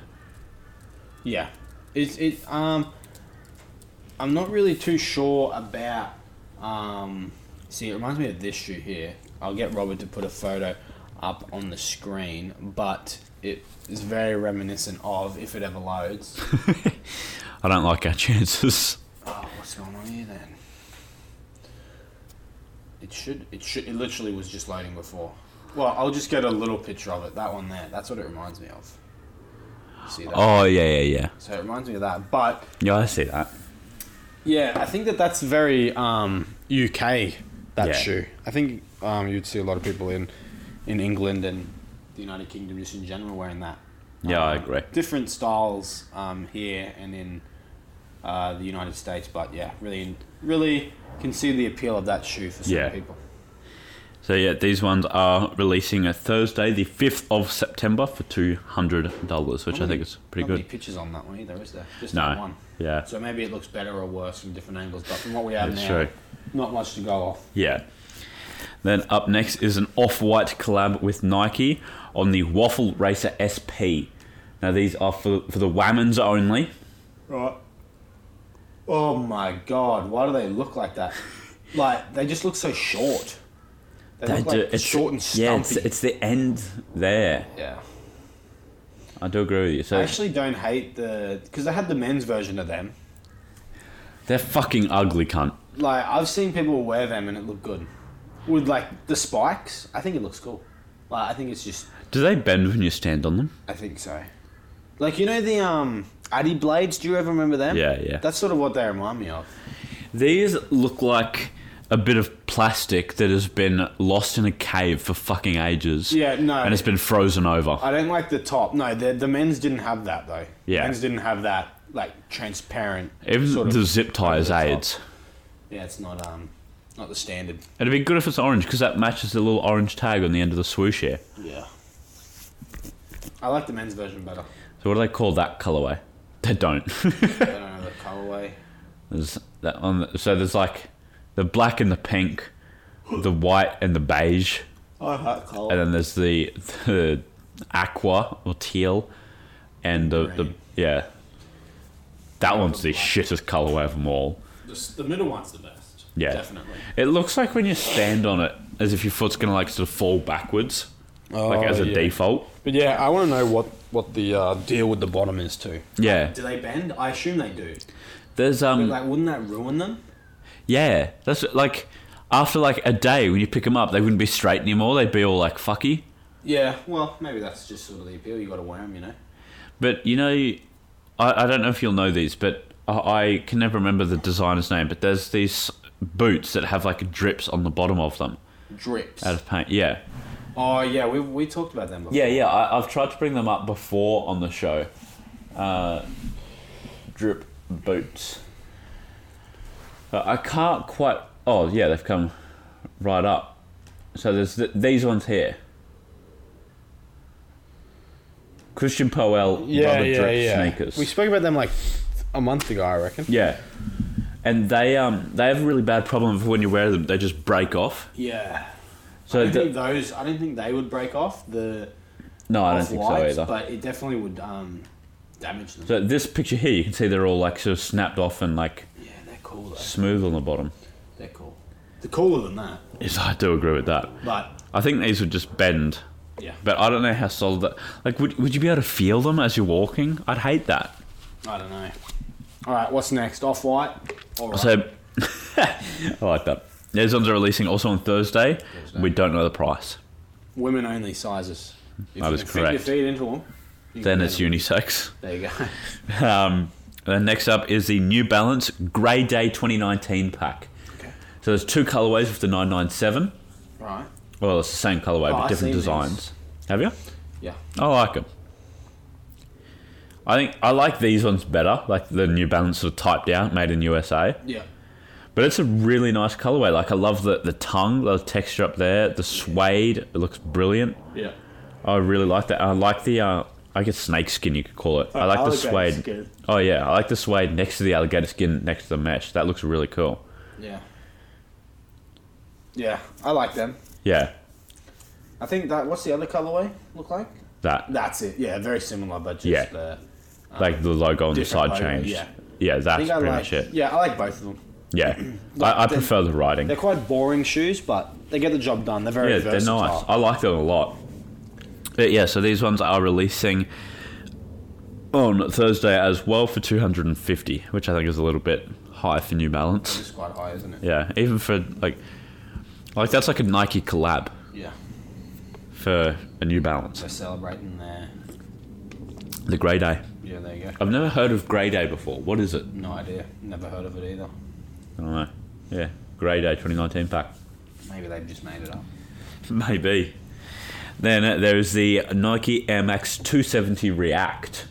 Yeah, it's it. Um, I'm not really too sure about. Um, see, it reminds me of this shoe here. I'll get Robert to put a photo up on the screen, but it is very reminiscent of if it ever loads.
I don't like our chances.
oh, what's going on here then? It should. It should. It literally was just loading before. Well, I'll just get a little picture of it. That one there. That's what it reminds me of. See that?
Oh yeah, yeah, yeah.
So it reminds me of that, but.
Yeah, I see that.
Yeah, I think that that's very. Um,
UK that
Yeah.
shoe. I think um, you'd see a lot of people in in England and
the United Kingdom just in general wearing that.
Yeah, I
Um,
agree.
Different styles um, here and in uh, the United States, but yeah, really, really can see the appeal of that shoe for some
Yeah.
people.
So yeah, these ones are releasing a Thursday, the fifth of September, for two hundred dollars, which I think is pretty
Not many
good.
pictures on that one either, is there? Just that
No,
one.
yeah,
So maybe it looks better or worse from different angles, but from what we have
That's
now,
true.
not much to go off.
Yeah. Then up next is an off white collab with Nike on the Waffle Racer SP. Now, these are for, for the Whammons only.
Right. Oh my god, why do they look like that? Like they just look so short. They, look like short and stumpy.
Yeah, it's, it's the end there.
yeah.
I do agree with you. So
I actually don't hate the because they had the men's version of them.
they're fucking ugly, cunt.
Like I've seen people wear them and it looked good. With like the spikes, I think it looks cool. Like I think it's just
Do they bend when you stand on them?
I think so. Like you know the um Addy blades, do you ever remember them?
Yeah, yeah.
That's sort of what they remind me of.
These look like a bit of plastic that has been lost in a cave for fucking ages.
Yeah, no.
And it's been frozen over.
I don't like the top. No, the the men's didn't have that though.
Yeah.
men's didn't have that like transparent.
Even
sort of-
the zip tie is
over the top.
AIDS.
Yeah, it's not um, not the standard.
It'd be good if it's orange because that matches the little orange tag on the end of the swoosh here.
Yeah. I like the men's version better.
So what do they call that colorway? They don't.
I don't know the colorway.
there's that on. So there's like the black and the pink, the white and the beige,
I like
and
color.
then there's the the aqua or teal, and the, the
Green.
yeah. That one's the shittest colorway of them all.
The, the middle one's the best.
Yeah.
definitely.
It looks like when you stand on it, as if your foot's gonna like sort of fall backwards,
Oh,
like as a
yeah.
default.
But yeah, I want to know what what the uh, deal with the bottom is too.
Yeah.
Do they bend? I assume they do.
There's um.
But like, wouldn't that ruin them?
Yeah, that's like after like a day when you pick them up, they wouldn't be straight anymore. They'd be all like fucky.
Yeah. Well, maybe that's just sort of the appeal. You got to wear them, you know.
But you know, I, I don't know if you'll know these, but I, I can never remember the designer's name. But there's these boots that have like drips on the bottom of them
Drips.
out of paint. Yeah,
Oh yeah, we we talked about them before.
yeah, yeah. I, I've tried to bring them up before on the show. Uh, drip boots. But I can't quite. Oh yeah, they've come right up. So there's th- these ones here. Christian Powell,
Yeah,
Bubba
yeah,
Drip
yeah.
Sneakers.
We spoke about them like a month ago, I reckon.
yeah. And they um they have a really bad problem of when you wear them, they just break off.
Yeah. I
So
don't
the-
think those. I don't think they would break off the
no, I don't
off
think so
lights,
either.
but it definitely would um, damage them.
So this picture here, you can see they're all like sort of snapped off and like
yeah, they're cool though.
smooth on the bottom.
They're cool. They're cooler than that,
Yes, I do agree with that.
but
I think these would just bend,
yeah,
but I don't know how solid that. Like, would would you be able to feel them as you're walking? I'd hate that.
I don't know. All right, what's next? Off white. All right.
So, I like that. These ones are releasing also on Thursday. We don't know the price.
Women only sizes. If
That
you
is
can fit
correct.
Your feet into them. you
Then
can
it's
get 'em.
unisex.
There you go.
Um, then next up is the New Balance Grey Day 2019 pack.
Okay.
So there's two colorways with the 997.
All right.
Well, it's the same colorway
Oh,
but
I've
different
seen these.
designs. Have you?
Yeah.
I like them. I think I like these ones better, like the New Balance sort of typed out, made in USA.
Yeah.
But it's a really nice colorway. Like I love the the tongue, the texture up there, the suede. It looks brilliant.
Yeah.
I really like that. I like the uh, I guess snake skin you could call it. I like the suede. Oh yeah, I like the suede next to the alligator skin next to the mesh. That looks really cool.
Yeah. Yeah, I like them.
Yeah,
I think that. What's the other colorway look like?
that
That's it. Yeah, very similar, but just.
Yeah.
Uh,
like the logo on the
Different
side
logo,
changed.
yeah.
yeah,
I
that's
think
pretty
I like.
much it.
Yeah, I like both of them.
Yeah, I, I
they're-
prefer the writing.
They're quite boring shoes, but they get the job done. They're very
Yeah, they're
versatile.
nice. I like them a lot. But yeah, so these ones are releasing on Thursday as well for 250, which I think is a little bit high for New Balance.
It's quite high, isn't it?
Yeah, even for like, like that's like a Nike collab
Yeah.
for a New Balance.
They're celebrating their.
The Grey Day.
Yeah, there you go.
I've never heard of Grey Day before. What is it?
No idea. Never heard of it either.
I don't know. Yeah, Grey Day 2019 pack.
Maybe they've just made it up.
Maybe. Then uh, there is the Nike Air Max 270 React.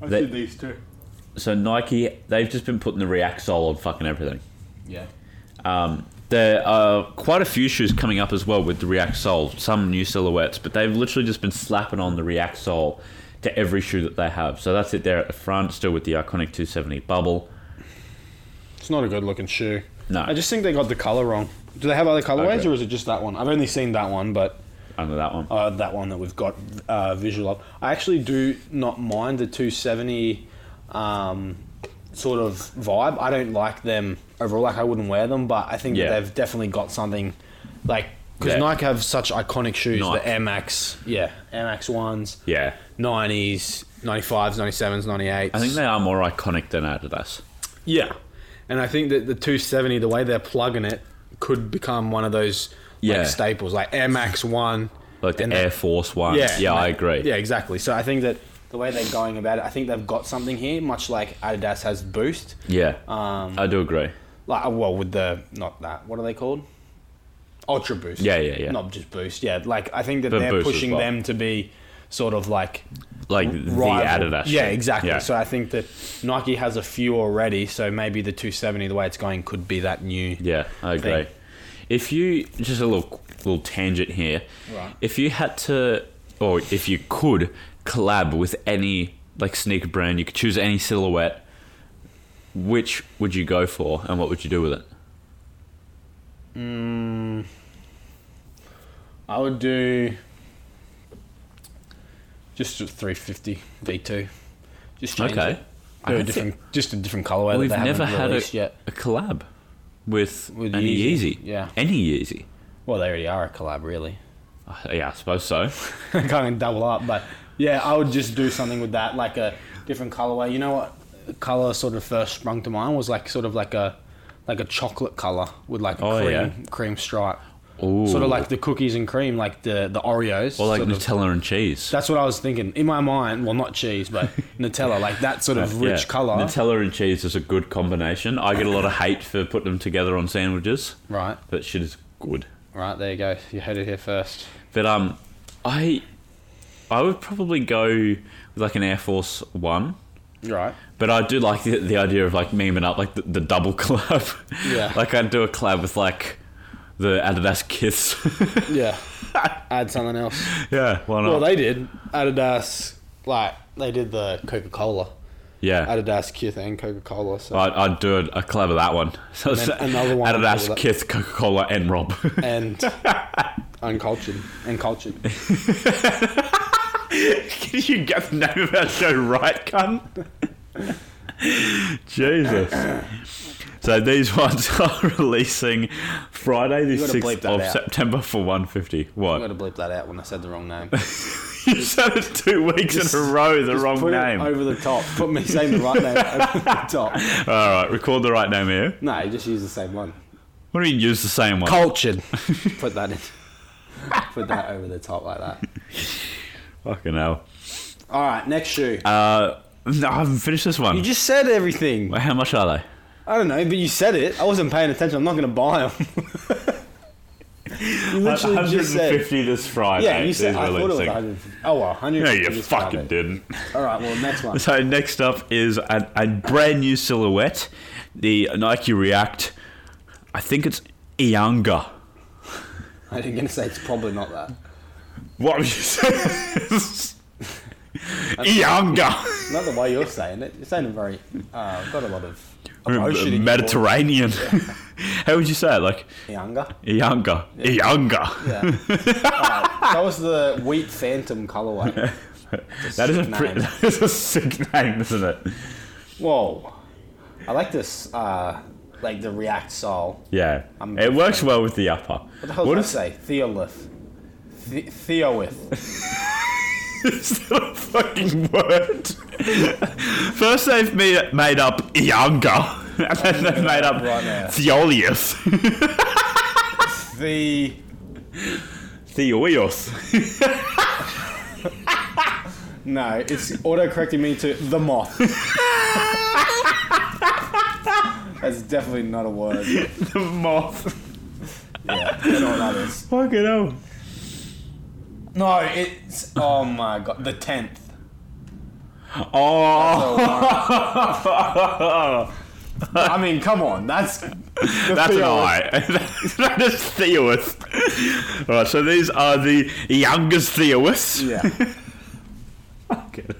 I
They-
these two.
So Nike, they've just been putting the React sole on fucking everything.
Yeah.
Um, there are quite a few shoes coming up as well with the React sole, some new silhouettes, but they've literally just been slapping on the React sole to every shoe that they have. So that's it there at the front, still with the iconic 270 bubble.
It's not a good looking shoe.
No.
I just think they got the color wrong. Do they have other colorways,
Okay.
or is it just that one? I've only seen that one, but
Under that one.
uh, that one that we've got uh, visual of. I actually do not mind the 270 um, sort of vibe. I don't like them overall. Like I wouldn't wear them, but I think
Yeah.
that they've definitely got something like because
Yeah.
Nike have such iconic shoes,
Nike.
the Air Max, yeah, Air Max ones,
Yeah.
90s, 95s, 97s, 98s.
I think they are more iconic than Adidas.
Yeah, and I think that the 270, the way they're plugging it, could become one of those
Yeah.
like, staples, like Air Max One.
Like the
And
Air
that-
Force one.
Yeah,
Yeah, I agree.
Yeah, exactly. So I think that the way they're going about it, I think they've got something here, much like Adidas has Boost.
Yeah.
Um,
I do agree.
like uh, well, with the not that. What are they called? Ultra Boost.
Yeah, yeah, yeah.
Not just Boost. Yeah, like I think that
But
they're
Boost as
pushing
well.
them to be sort of like
Like the
rival.
Adidas.
Yeah,
shoe.
exactly.
Yeah.
So I think that Nike has a few already. So maybe the 270, the way it's going, could be that new.
Yeah, I agree.
thing.
If you just a little little tangent here,
Right.
if you had to, or if you could collab with any like sneaker brand, you could choose any silhouette. Which would you go for, and what would you do with it?
I would do just a 350 V2. Just change
Okay.
it.
I
Do a
don't
different, just a different colorway.
We've
that they
never
haven't
had a,
released yet.
a collab with,
With
any
Yeezy,
Yeezy.
yeah.
any Yeezy.
Well, they already are a collab, really.
Uh, Yeah, I suppose so.
kind of double up, but yeah, I would just do something with that, like a different colorway. You know what color sort of first sprung to mind was like sort of like a like a chocolate color with like a
Oh,
cream
yeah.
cream stripe,
Ooh.
sort of like the cookies and cream, like the the Oreos.
or like
sort of-
Nutella and cheese.
That's what I was thinking in my mind. Well, not cheese, but Nutella, like that sort of
Uh, Yeah.
rich color,
Nutella and cheese is a good combination. I get a lot of hate for putting them together on sandwiches,
right?
but shit is good.
Right, there you go. You heard it here first.
But um, I I would probably go with like an Air Force One.
Right.
But I do like the, the idea of like memeing up like the, the double collab.
Yeah.
like I'd do a collab with like the Adidas Kiss.
Yeah. Add something else.
yeah. Why not?
Well, they did. Adidas Like they did the Coca Cola,
Yeah.
Adidas, Kith, and Coca Cola. So
I'd, I'd do a, a collab of that one. So
And
it's
then another one with
Adidas,
that.
Kith, Coca Cola, and Rob.
and uncultured and cultured.
Can you get the name of our show right, cunt? Jesus. So these ones are releasing Friday the
gotta bleep
sixth
that
of
out.
September for one fifty.
I'm
What?
gonna bleep that out when I said the wrong name.
You said it two weeks in a row. The
Just
wrong
put it
name. All
over the top. Put me saying the right name over the top.
right, record the right name here.
No, you just use the same one.
What do you mean use the same one?
Cultured. Put that in. Put that over the top like that.
Fucking hell.
All right, next shoe.
Uh, no, I haven't finished this
you
one.
just said everything.
How much are they?
I don't know, but you said it. I wasn't paying attention. I'm not going to buy them. you literally just said.
150 this Friday.
Yeah, you said.
is
I thought it was
releasing.
100. Oh, well, 100.
No, you fucking didn't.
All right, well, next one.
So next up is a, a brand new silhouette, the Nike React. I think it's Ianga.
I didn't going to say it's probably not that.
What would you say? Ianga,
Not the way you're saying it. You're saying it very. Uh, I've got a lot of. emotion in your voice.
Mediterranean. How would you say it? Like
Younger.
Ianga, Ianga.
Yeah. All right, that was the Wheat Phantom colorway.
That is a
Sick
pre-
name.
that is a sick name, isn't it?
Whoa. I like this, uh, like the React sole.
Yeah,
I'm-
it works well with the upper.
What the hell
What
did I
if-
say? Theolith. The- Theolith.
It's not a fucking word. First they've made, made up Ianga, and then they've made up
Right now.
Theolius.
The.
Theolius.
No, it's autocorrecting me to the moth. That's definitely not a word. Yeah,
the moth.
I don't know what that is.
Fucking hell.
No, it's oh my god, the tenth.
Oh.
I mean, come on, that's the
That's an
theolith.
eye. that is Theoith. Alright, so these are the youngest Theoiths.
Yeah,
Good.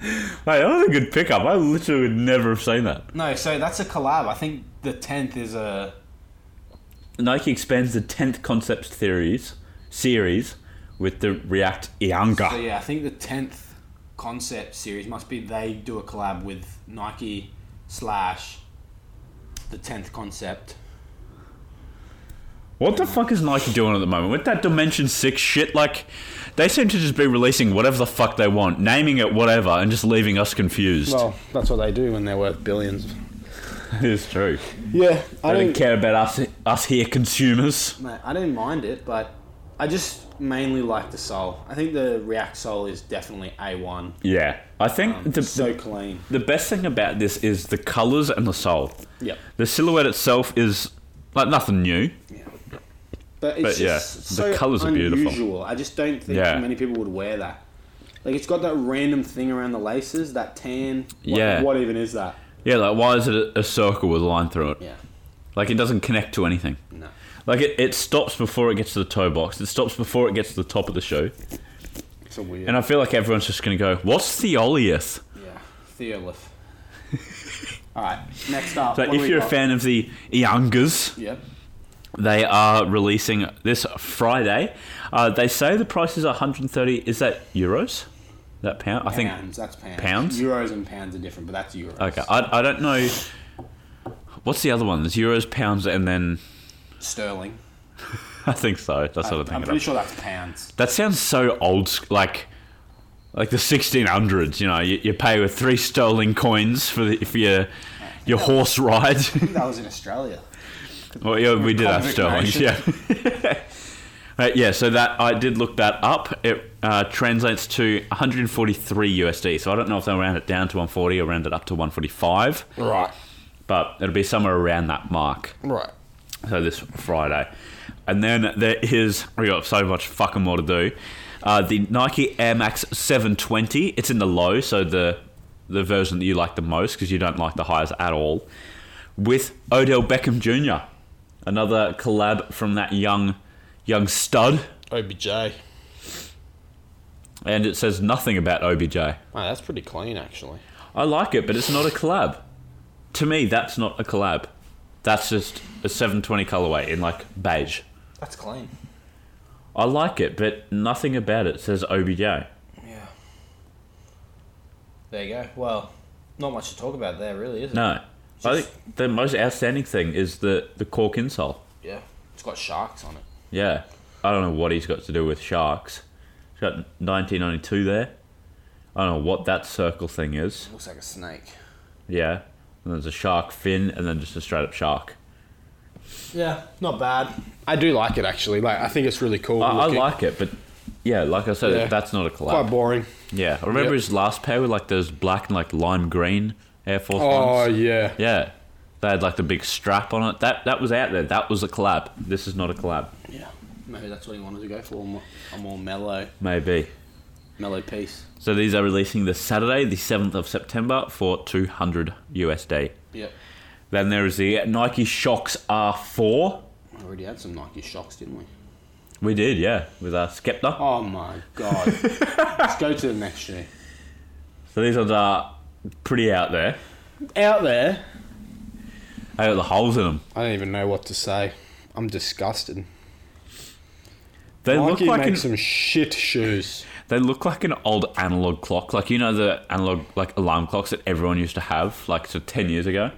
Hey, that was a good pickup. I literally would never have seen that.
no, so that's a collab. I think the tenth is a
Nike expands the 10th concepts theories series with the React
so
Ianga.
yeah. I think the tenth concept series must be they do a collab with Nike slash the tenth concept.
What the fuck is Nike doing at the moment? With that Dimension 6 shit, like, they seem to just be releasing whatever the fuck they want, naming it whatever, and just leaving us confused.
that's what they do when they're worth billions.
it's true.
Yeah, I
They don't
don't.
care about us, us here consumers.
Mate, I don't mind it, but I just mainly like the soul. I think the React soul is definitely a one.
Yeah. I think the,
Um, So
the,
clean.
the best thing about this is the colours and the soul.
Yep.
The silhouette itself is, like, nothing new.
But it's
But yeah,
just
the
so
colours are beautiful.
unusual. I just don't think
Yeah.
many people would wear that. Like it's got that random thing around the laces, that tan. What,
Yeah.
What even is that?
Yeah, like, why is it a, a circle with a line through it?
Yeah.
Like, it doesn't connect to anything.
No.
Like it, it stops before it gets to the toe box. It stops before it gets to the top of the shoe.
It's a weird.
And I feel like everyone's just gonna go, "What's Theolius?"
yeah. Theolith. All right. Next up.
So
what do
if
we
you're a
got?
fan of the Iangas,
Yep.
they are releasing this Friday. Uh, they say the price is 130. Is that euros? That pound? I think.
pounds. That's pounds.
pounds?
Euros and pounds are different, but that's euros.
Okay. I, I don't know. What's the other one? There's euros, pounds, and then
Sterling.
I think so. That's what I'm
I'm
thinking
pretty
of.
sure that's pounds.
That sounds so old, sc- like like the 1600s. You know, you, you pay with three sterling coins for the, for your your horse
I
ride.
think that was in Australia.
well, yeah, we did have
Convict
sterling,
nation.
yeah. Right, yeah, so that I did look that up. It uh, translates to 143 USD. So I don't know if they'll round it down to 140 or round it up to 145,
Right.
but it'll be somewhere around that mark.
Right.
So this Friday. And then there is, we got so much fucking more to do. Uh, the Nike Air Max 720, it's in the low, so the the version that you like the most because you don't like the highs at all. With Odell Beckham Jr., another collab from that young young stud.
OBJ.
and it says nothing about OBJ.
Wow, that's pretty clean actually.
I like it, but it's not a collab. To me, that's not a collab. That's just a 720 colorway in like beige.
That's clean.
I like it, but nothing about it says OBJ.
Yeah. There you go. Well, not much to talk about there, really, is it?
No. I
Just-
think the most outstanding thing is the, the cork insole.
Yeah. It's got sharks on it.
Yeah. I don't know what he's got to do with sharks. He's got 1992 there. I don't know what that circle thing is.
Looks like a snake.
Yeah. And there's a shark fin and then just a straight up shark.
Yeah, not bad.
I do like it actually. Like I think it's really cool.
I, I
looking.
like it, but yeah, like I said,
Yeah.
that's not a
quite
collab.
boring.
yeah. I remember
Yep.
his last pair were like those black and like lime green Air Force
Oh
ones.
yeah.
Yeah. They had like the big strap on it. That that was out there. That was a collab. This is not a collab.
Yeah. Maybe that's what he wanted to go for. A more, a more mellow,
Maybe.
mellow piece.
So these are releasing this Saturday, the 7th of September for 200 USD.
Yep.
Then there is the Nike Shocks R4.
We already had some Nike shocks, didn't we?
We did, yeah, with our Skepta.
Oh my god. Let's go to the next shoe.
So these ones are pretty out there.
Out there.
They got the holes in them.
I don't even know what to say. I'm disgusted.
They look
Nike
like
make
an,
some shit shoes.
they look like an old analog clock, like you know the analog like alarm clocks that everyone used to have, like so ten years ago.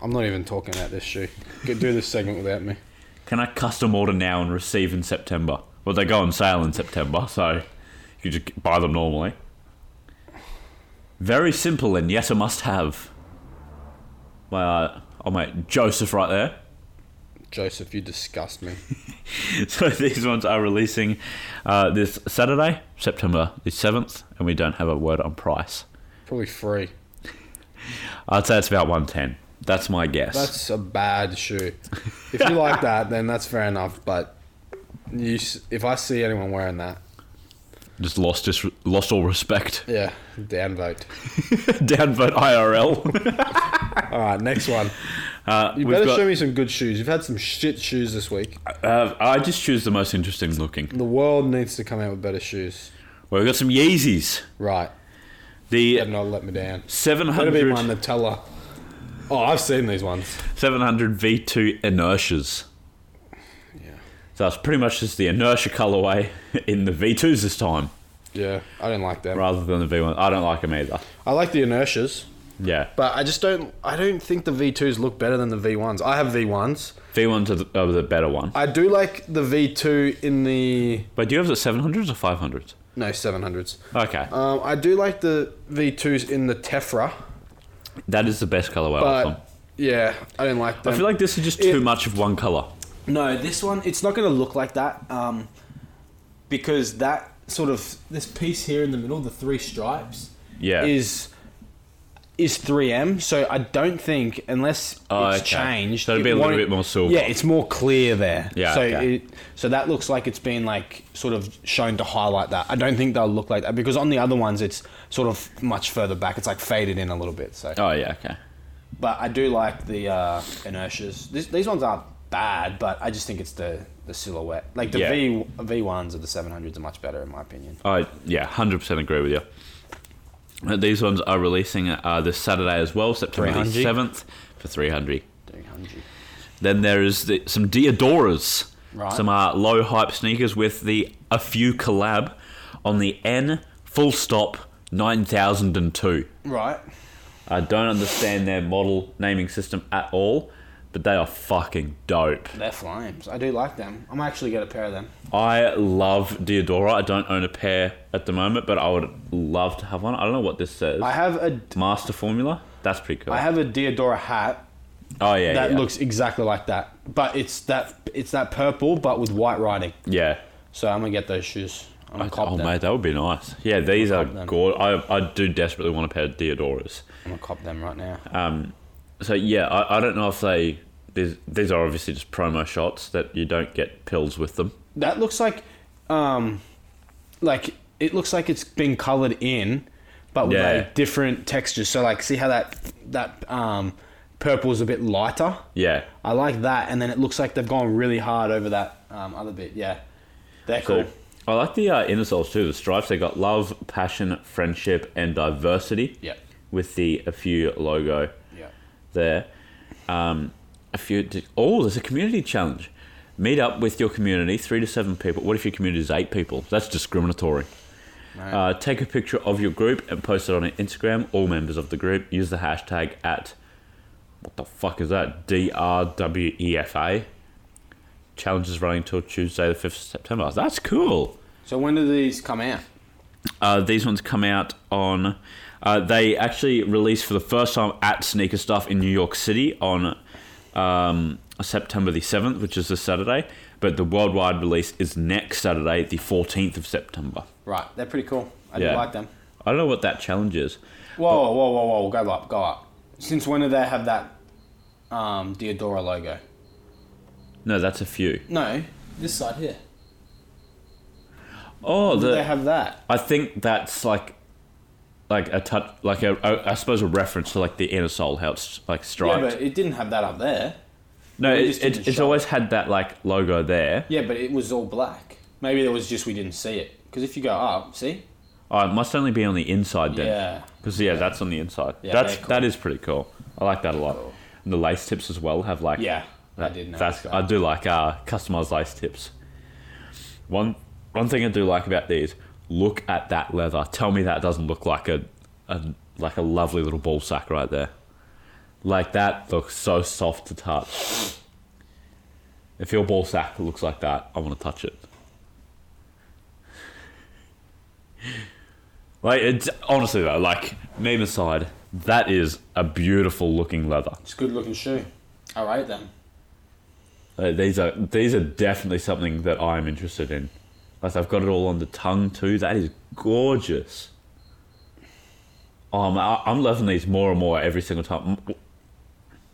I'm not even talking about this shoe. Could do this segment without me.
Can I custom order now and receive in September? Well, they go on sale in September, so you just buy them normally. Very simple and yes, a must-have. My uh, oh mate, Joseph right there.
Joseph, you disgust me.
So these ones are releasing uh, this Saturday, September the seventh, and we don't have a word on price.
Probably free.
I'd say it's about one ten. That's my guess.
That's a bad shoe. If you like that, then that's fair enough. But you, s- if I see anyone wearing that,
Just lost just lost all respect.
yeah, downvote.
Downvote IRL.
All right, next one.
Uh,
You
we've
better
got-
show me some good shoes. You've had some shit shoes this week.
uh, I just choose the most interesting looking.
The world needs to come out with better shoes.
Well, we've got some Yeezys.
Right,
The
better not let me down. Better be
700,
my Nutella. Oh, I've seen these ones.
700 V2 inertias.
Yeah.
So that's pretty much just the inertia colorway in the V2s this time,
Yeah, I don't like them.
rather than the V1. I don't like them either.
I like the inertias,
Yeah.
but I just don't. I don't think the V2s look better than the V1s. I have V1s.
V1s are the, are the better one.
I do like the V2 in the
But do you have the 700s or 500s?
no 700s.
Okay.
Um, I do like the V2s in the Tefra,
that is the best colorway of them.
but um, yeah, I don't like them.
I feel like this is just too much of one color.
No, this one, it's not going to look like that um, because that sort of, this piece here in the middle, the three stripes,
Yeah.
is is 3M. So I don't think unless
Oh,
it's
okay.
changed,
So it'd
it
be a little
won't-
bit more silver.
Yeah, it's more clear there.
Yeah,
So
okay.
it, so that looks like it's been like sort of shown to highlight that. I don't think they'll look like that because on the other ones it's sort of much further back. It's like faded in a little bit. So,
oh, yeah, okay.
but I do like the uh, inertias. This, these ones aren't bad, but I just think it's the the silhouette. Like the
Yeah.
V V ones or the 700s are much better in my opinion.
I yeah, hundred percent agree with you. Uh, These ones are releasing uh, this Saturday as well, September the
300.
seventh for three hundred.
300.
Then there is the, some Deodoras,
Right.
some uh, low hype sneakers with the a few collab on the N full stop nine thousand and two.
Right.
I don't understand their model naming system at all, but they are fucking dope.
They're flames. I do like them. I'm actually get a pair of them.
I love Deodora. I don't own a pair at the moment, but I would love to have one. I don't know what this says.
I have a
Master Formula. That's pretty cool.
I have a Deodora hat
oh yeah,
that
yeah.
looks exactly like that, but it's that it's that purple but with white writing.
yeah.
So I'm gonna get those shoes. I'm gonna cop
Oh
them.
mate, that would be nice. Yeah, these are
them.
gorgeous. I, I do desperately want a pair of Deodoras.
I'm gonna cop them right now.
Um, So yeah, I, I don't know if they these these are obviously just promo shots that you don't get pills with them.
that looks like, um, like it looks like it's been colored in, but with
Yeah.
like different textures. So like, see how that that um purple is a bit lighter.
Yeah,
I like that, and then it looks like they've gone really hard over that um, other bit. Yeah, they're
cool.
cool.
I like the uh, inner soles too. The stripes they got love, passion, friendship, and diversity.
Yep.
With the a few logo
Yeah.
there. Um, a few. Oh, there's a community challenge. Meet up with your community, three to seven people. What if your community is eight people? That's discriminatory.
Right.
Uh, take a picture of your group and post it on Instagram. All members of the group use the hashtag at what the fuck is that? DRWEFA. E Challenge is running till Tuesday, the 5th of September. That's cool.
so when do these come out?
Uh, these ones come out on. Uh, they actually released for the first time at Sneaker Stuff in New York City on um, September the 7th, which is this Saturday. But the worldwide release is next Saturday, the 14th of September.
Right, they're pretty cool. I
Yeah.
do like them.
I don't know what that challenge is.
Whoa, whoa, whoa, whoa! Go up, go up. Since when did they have that um, Deodora logo?
No, that's a few.
No, this side here.
Oh,
Did
the,
they have that?
I think that's like, like a touch, like a, a I suppose a reference to like the inner soul, how it's like
Yeah,
striped.
but it didn't have that up there.
no,
we
it,
just
it,
didn't
it's
show
always had that like logo there.
Yeah, but it was all black. Maybe it was just we didn't see it. Because if you go up, see?
Oh, it must only be on the inside then.
Yeah.
Because yeah, that's on the inside.
Yeah,
that's
very cool.
that is pretty cool. I like that a lot.
Cool.
And the lace tips as well have like
Yeah, I
that-
did notice
that's
that.
I do like uh, customized lace tips. One one thing I do like about these, look at that leather. Tell me that doesn't look like a, a like a lovely little ball sack right there. Like that looks so soft to touch. If your ball sack looks like that, I want to touch it. Like it's honestly though, like meme aside, that is a beautiful looking leather.
It's a good looking shoe. All right, then.
Uh, these are these are definitely something that I'm interested in. Like I've got it all on the tongue too. That is gorgeous. Um, I, I'm loving these more and more every single time. M-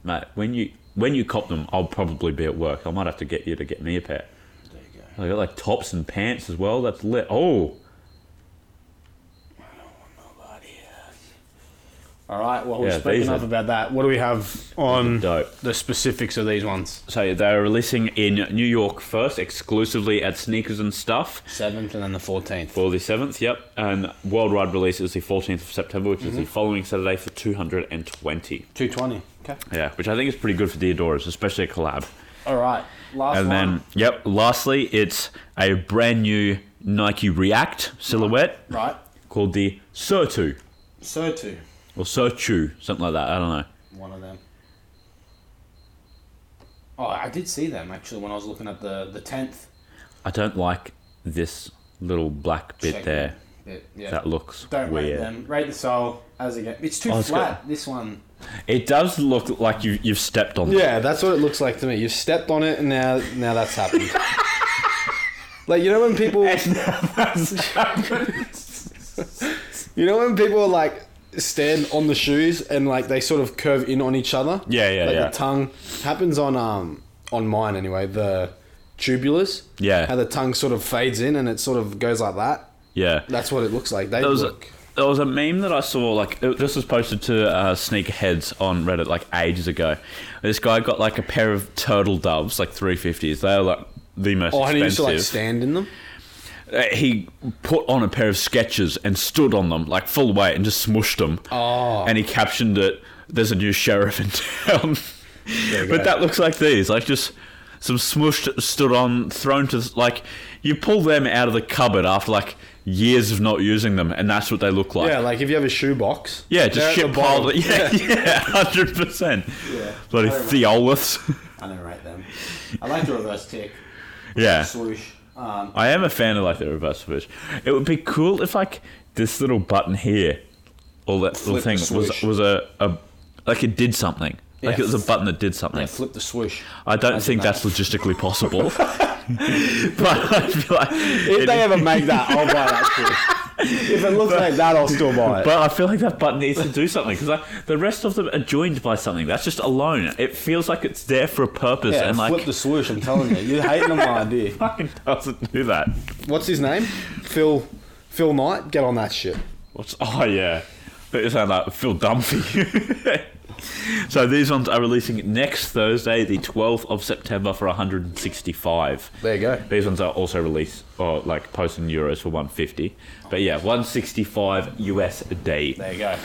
Mate, when you when you cop them, I'll probably be at work. I might have to get you to get me a pair.
There you go.
I got like tops and pants as well. That's lit. Oh,
All right, well,
Yeah,
we've spoken
these
enough
are-
about that. What do we have
Um,
on
dope.
the specifics of these ones?
So they're releasing in New York first, exclusively at Sneakers and Stuff.
7th and then the 14th.
for the 7th, yep. And worldwide release is the 14th of September, which is the following Saturday for 220.
220. Okay.
Yeah, which I think is pretty good for Deodoras, especially a collab.
All right, last
and
one.
then, yep, lastly, it's a brand new Nike React silhouette
Right,
called the Surtu
so too.
or Surtu, something like that. I don't know.
One of them. Oh, I did see them actually when I was looking at the, the 10th.
I don't like this little black bit
Check.
there.
Bit, yeah.
That looks
Don't rate
weird.
them. Rate the sole as again. It's too
Oh, it's
flat. This one.
It does look like you, you've stepped on
Yeah, that's what it looks like to me. You've stepped on it, and now now that's happened. like you know when people, you know when people like stand on the shoes and like they sort of curve in on each other.
Yeah, yeah,
like
yeah.
The tongue happens on um on mine anyway. The tubulars.
Yeah.
How the tongue sort of fades in and it sort of goes like that.
Yeah.
That's what it looks like. They
There was, a,
look.
there was a meme that I saw, like, it, this was posted to uh, Sneakerheads on Reddit, like, ages ago. This guy got, like, a pair of turtle doves, like, 350s. They were, like, the most
Oh, and he used to
expensive.
like stand in them.
Uh, he put on a pair of sketches and stood on them, like, full weight and just smushed them.
Oh.
And he captioned it, There's a new sheriff in town.
you
but
go.
that looks like these, like, just some smushed, stood on, thrown to, like, you pull them out of the cupboard after, like, years of not using them, and that's what they look like.
Yeah, like if you have a shoe box. they're
Yeah, just
at the
shit piled.
bottom.
Yeah, yeah, hundred percent.
Yeah.
Bloody
Very much.
Theoliths.
I don't rate them. I like the reverse tick.
yeah,
Swoosh. Um,
I am a fan of like the reverse switch. It would be cool if like this little button here, or that little
Flip
thing
the
was
swoosh.
was a, a like it did something. Like it
Yeah.
was a button that did something.
Yeah, flip the swoosh.
I don't think
that.
that's logistically possible. but I feel like
If
it-
they ever make that, I'll buy that shoe. If it looks like that, I'll still buy it.
But I feel like that button needs to do something because the rest of them are joined by something. That's just alone. It feels like it's there for a purpose,
yeah,
and
flip
like
the swoosh. I'm telling you, you're hating on my idea.
fucking doesn't do that.
What's his name? Phil. Phil Knight. Get on that shit.
What's oh yeah, but it sound like Phil Dunphy. So these ones are releasing next Thursday, the 12th of September, for 165.
There you go.
These ones are also released, or like posted in euros for 150. But yeah, 165 USD.
There you go.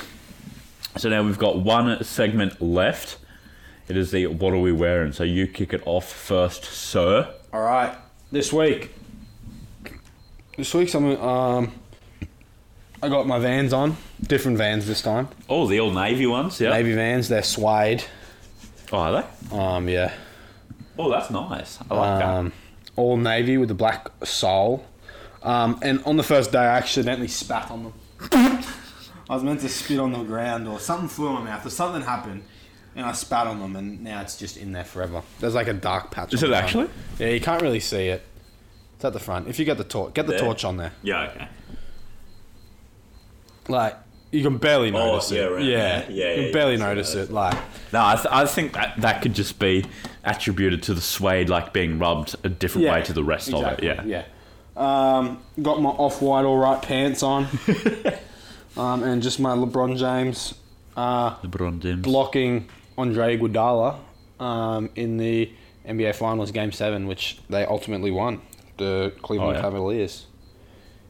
So now we've got one segment left. It is the what are we wearing? So you kick it off first, sir.
All right. This week,
This week, I'm, um, I got my vans on. Different vans this time.
Oh, the old navy ones, yeah.
Navy vans. They're suede.
Oh, are they?
Um, yeah.
Oh, that's nice. I like
um, all navy with the black sole. Um, and on the first day, I accidentally spat on them. I was meant to spit on the ground, or something flew in my mouth, or something happened, and I spat on them, and now it's just in there forever. There's like a dark patch.
Is
on
it
the front.
actually?
Yeah, you can't really see it. It's at the front. If you get the torch, get the
There.
torch on there.
that. Yeah, okay.
Like you can barely
Oh,
notice
yeah,
it.
right.
Yeah,
Yeah, yeah,
You can
yeah,
barely
yeah.
notice it. Like
No, I, th- I think that, that could just be attributed to the suede like being rubbed a different way to the rest
exactly,
of it. Yeah.
Yeah. Um, got my off white all right pants on, um, and just my LeBron James uh,
LeBron James.
blocking Andre Iguodala um, in the NBA Finals Game Seven, which they ultimately won. The Cleveland
Oh, yeah.
Cavaliers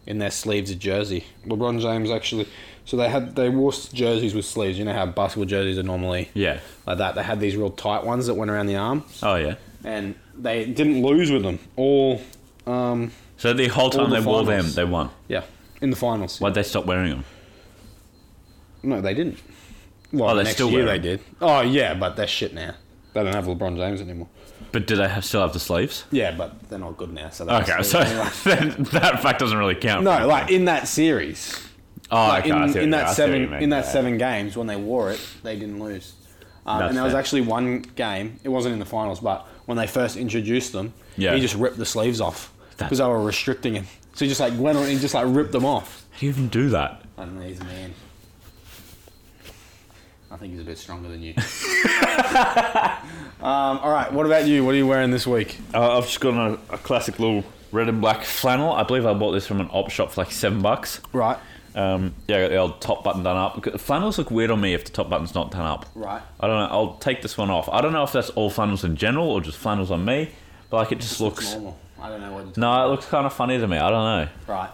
in their sleeves of jersey. LeBron James actually. So they had they wore s- jerseys with sleeves. You know how basketball jerseys are normally
yeah.
like that. They had these real tight ones that went around the arm,
Oh yeah.
and they didn't lose with them all. Um,
So the whole time
the
they wore them,
finals.
they won.
Yeah, in the finals.
Why'd they stop wearing them?
No, they didn't. Well,
Oh, they
next
still
year
wear
they did. Oh yeah, but they're shit now. They don't have LeBron James anymore.
But do they have, still have the sleeves?
Yeah, but they're not good now. So they're
Okay,
not
so
sleeping anyway.
then that fact doesn't really count.
no, like in that series,
oh,
like,
okay, I
in,
see what
in
you- I see
that
what you
seven
mean
in
by
that seven games when they wore it, they didn't lose. Um,
That's
and there was
fair.
actually one game. It wasn't in the finals, but when they first introduced them,
Yeah.
he just ripped the sleeves off
That's-
because they were restricting him. So he just like went on and just like ripped them off.
How do you even do that?
I don't know, he's a man. I think he's a bit stronger than you. um, all right, what about you? What are you wearing this week?
Uh, I've just got a, a classic little red and black flannel. I believe I bought this from an op shop for like seven bucks.
Right,
Um, yeah, I got the old top button done up. Flannels look weird on me if the top button's not done up.
right.
I don't know. I'll take this one off. I don't know if that's all flannels in general or just flannels on me, but like it just looks.
Normal. I don't know what. To
No, it looks kind of funny to me. I don't know.
Right.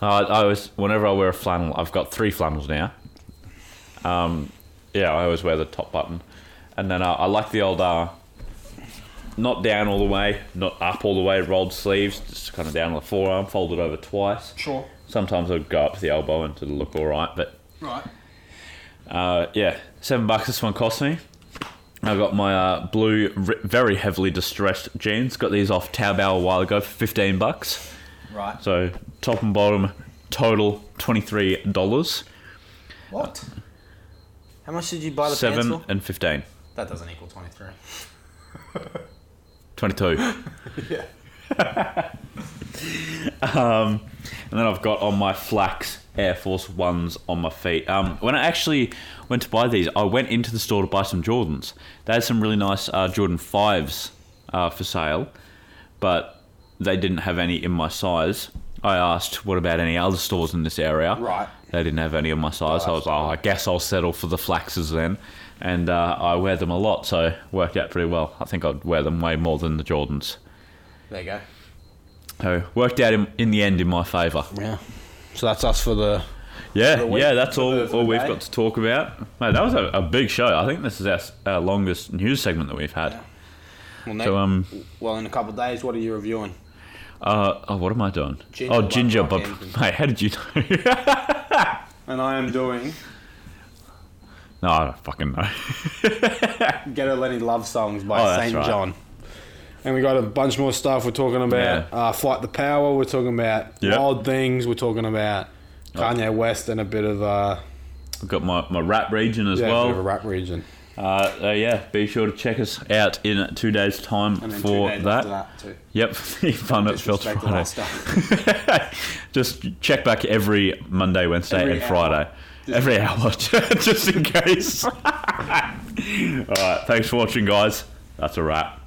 Uh, I always, whenever I wear a flannel, I've got three flannels now. Um, yeah, I always wear the top button, and then uh, I like the old, uh, not down all the way, not up all the way, rolled sleeves, just kind of down on the forearm, folded over twice.
Sure.
Sometimes I'll go up to the elbow and it'll look all right, but
Right.
uh, yeah, seven bucks this one cost me. I got my uh, blue, ri- very heavily distressed jeans. Got these off Taobao a while ago for fifteen bucks.
Right.
So top and bottom, total twenty three dollars,
What? How much did you buy the pants
seven
for?
and fifteen.
That doesn't equal twenty-three.
22. yeah. um, and then I've got on my flax Air Force Ones on my feet. Um, when I actually went to buy these, I went into the store to buy some Jordans. They had some really nice uh, Jordan 5s uh, for sale, but they didn't have any in my size. I asked, what about any other stores in this area?
Right.
They didn't have any of my size. so I was like, oh, I guess I'll settle for the flaxes then. And uh, I wear them a lot, so worked out pretty well. I think I'd wear them way more than the Jordans.
There you go.
So worked out in, in the end in my favour.
Yeah. So that's us for the.
Yeah,
week,
yeah, that's
for
all,
the- for the
all we've
day.
got to talk about. Mate, that was a, a big show. I think this is our, s- our longest news segment that we've had.
Well, next,
So, um,
well, in a couple of days, what are you reviewing?
uh, oh, what am I doing?
Ginger
oh,
Bud
ginger,
Rock
but
Anthem.
mate, how did you know?
And I am doing
no, I don't fucking know.
Get a Lenny Love songs by
Oh, that's
Saint
right.
John. And we got a bunch more stuff. We're talking about
Yeah.
uh, Fight the Power. We're talking about
Yep.
Wild Things. We're talking about Kanye West and a bit of uh,
I've got my, my rap region as
yeah, a bit of a
well.
rap region.
Uh, so yeah, be sure to check us out in two days' time
And then
for
two days
that.
after that too.
Yep, the Fun at Filter
Disrespect the last
Friday.
stuff.
Just check back every Monday, Wednesday,
Every
and
hour.
Friday. Every hour, just in case. All right, thanks for watching, guys. That's a wrap.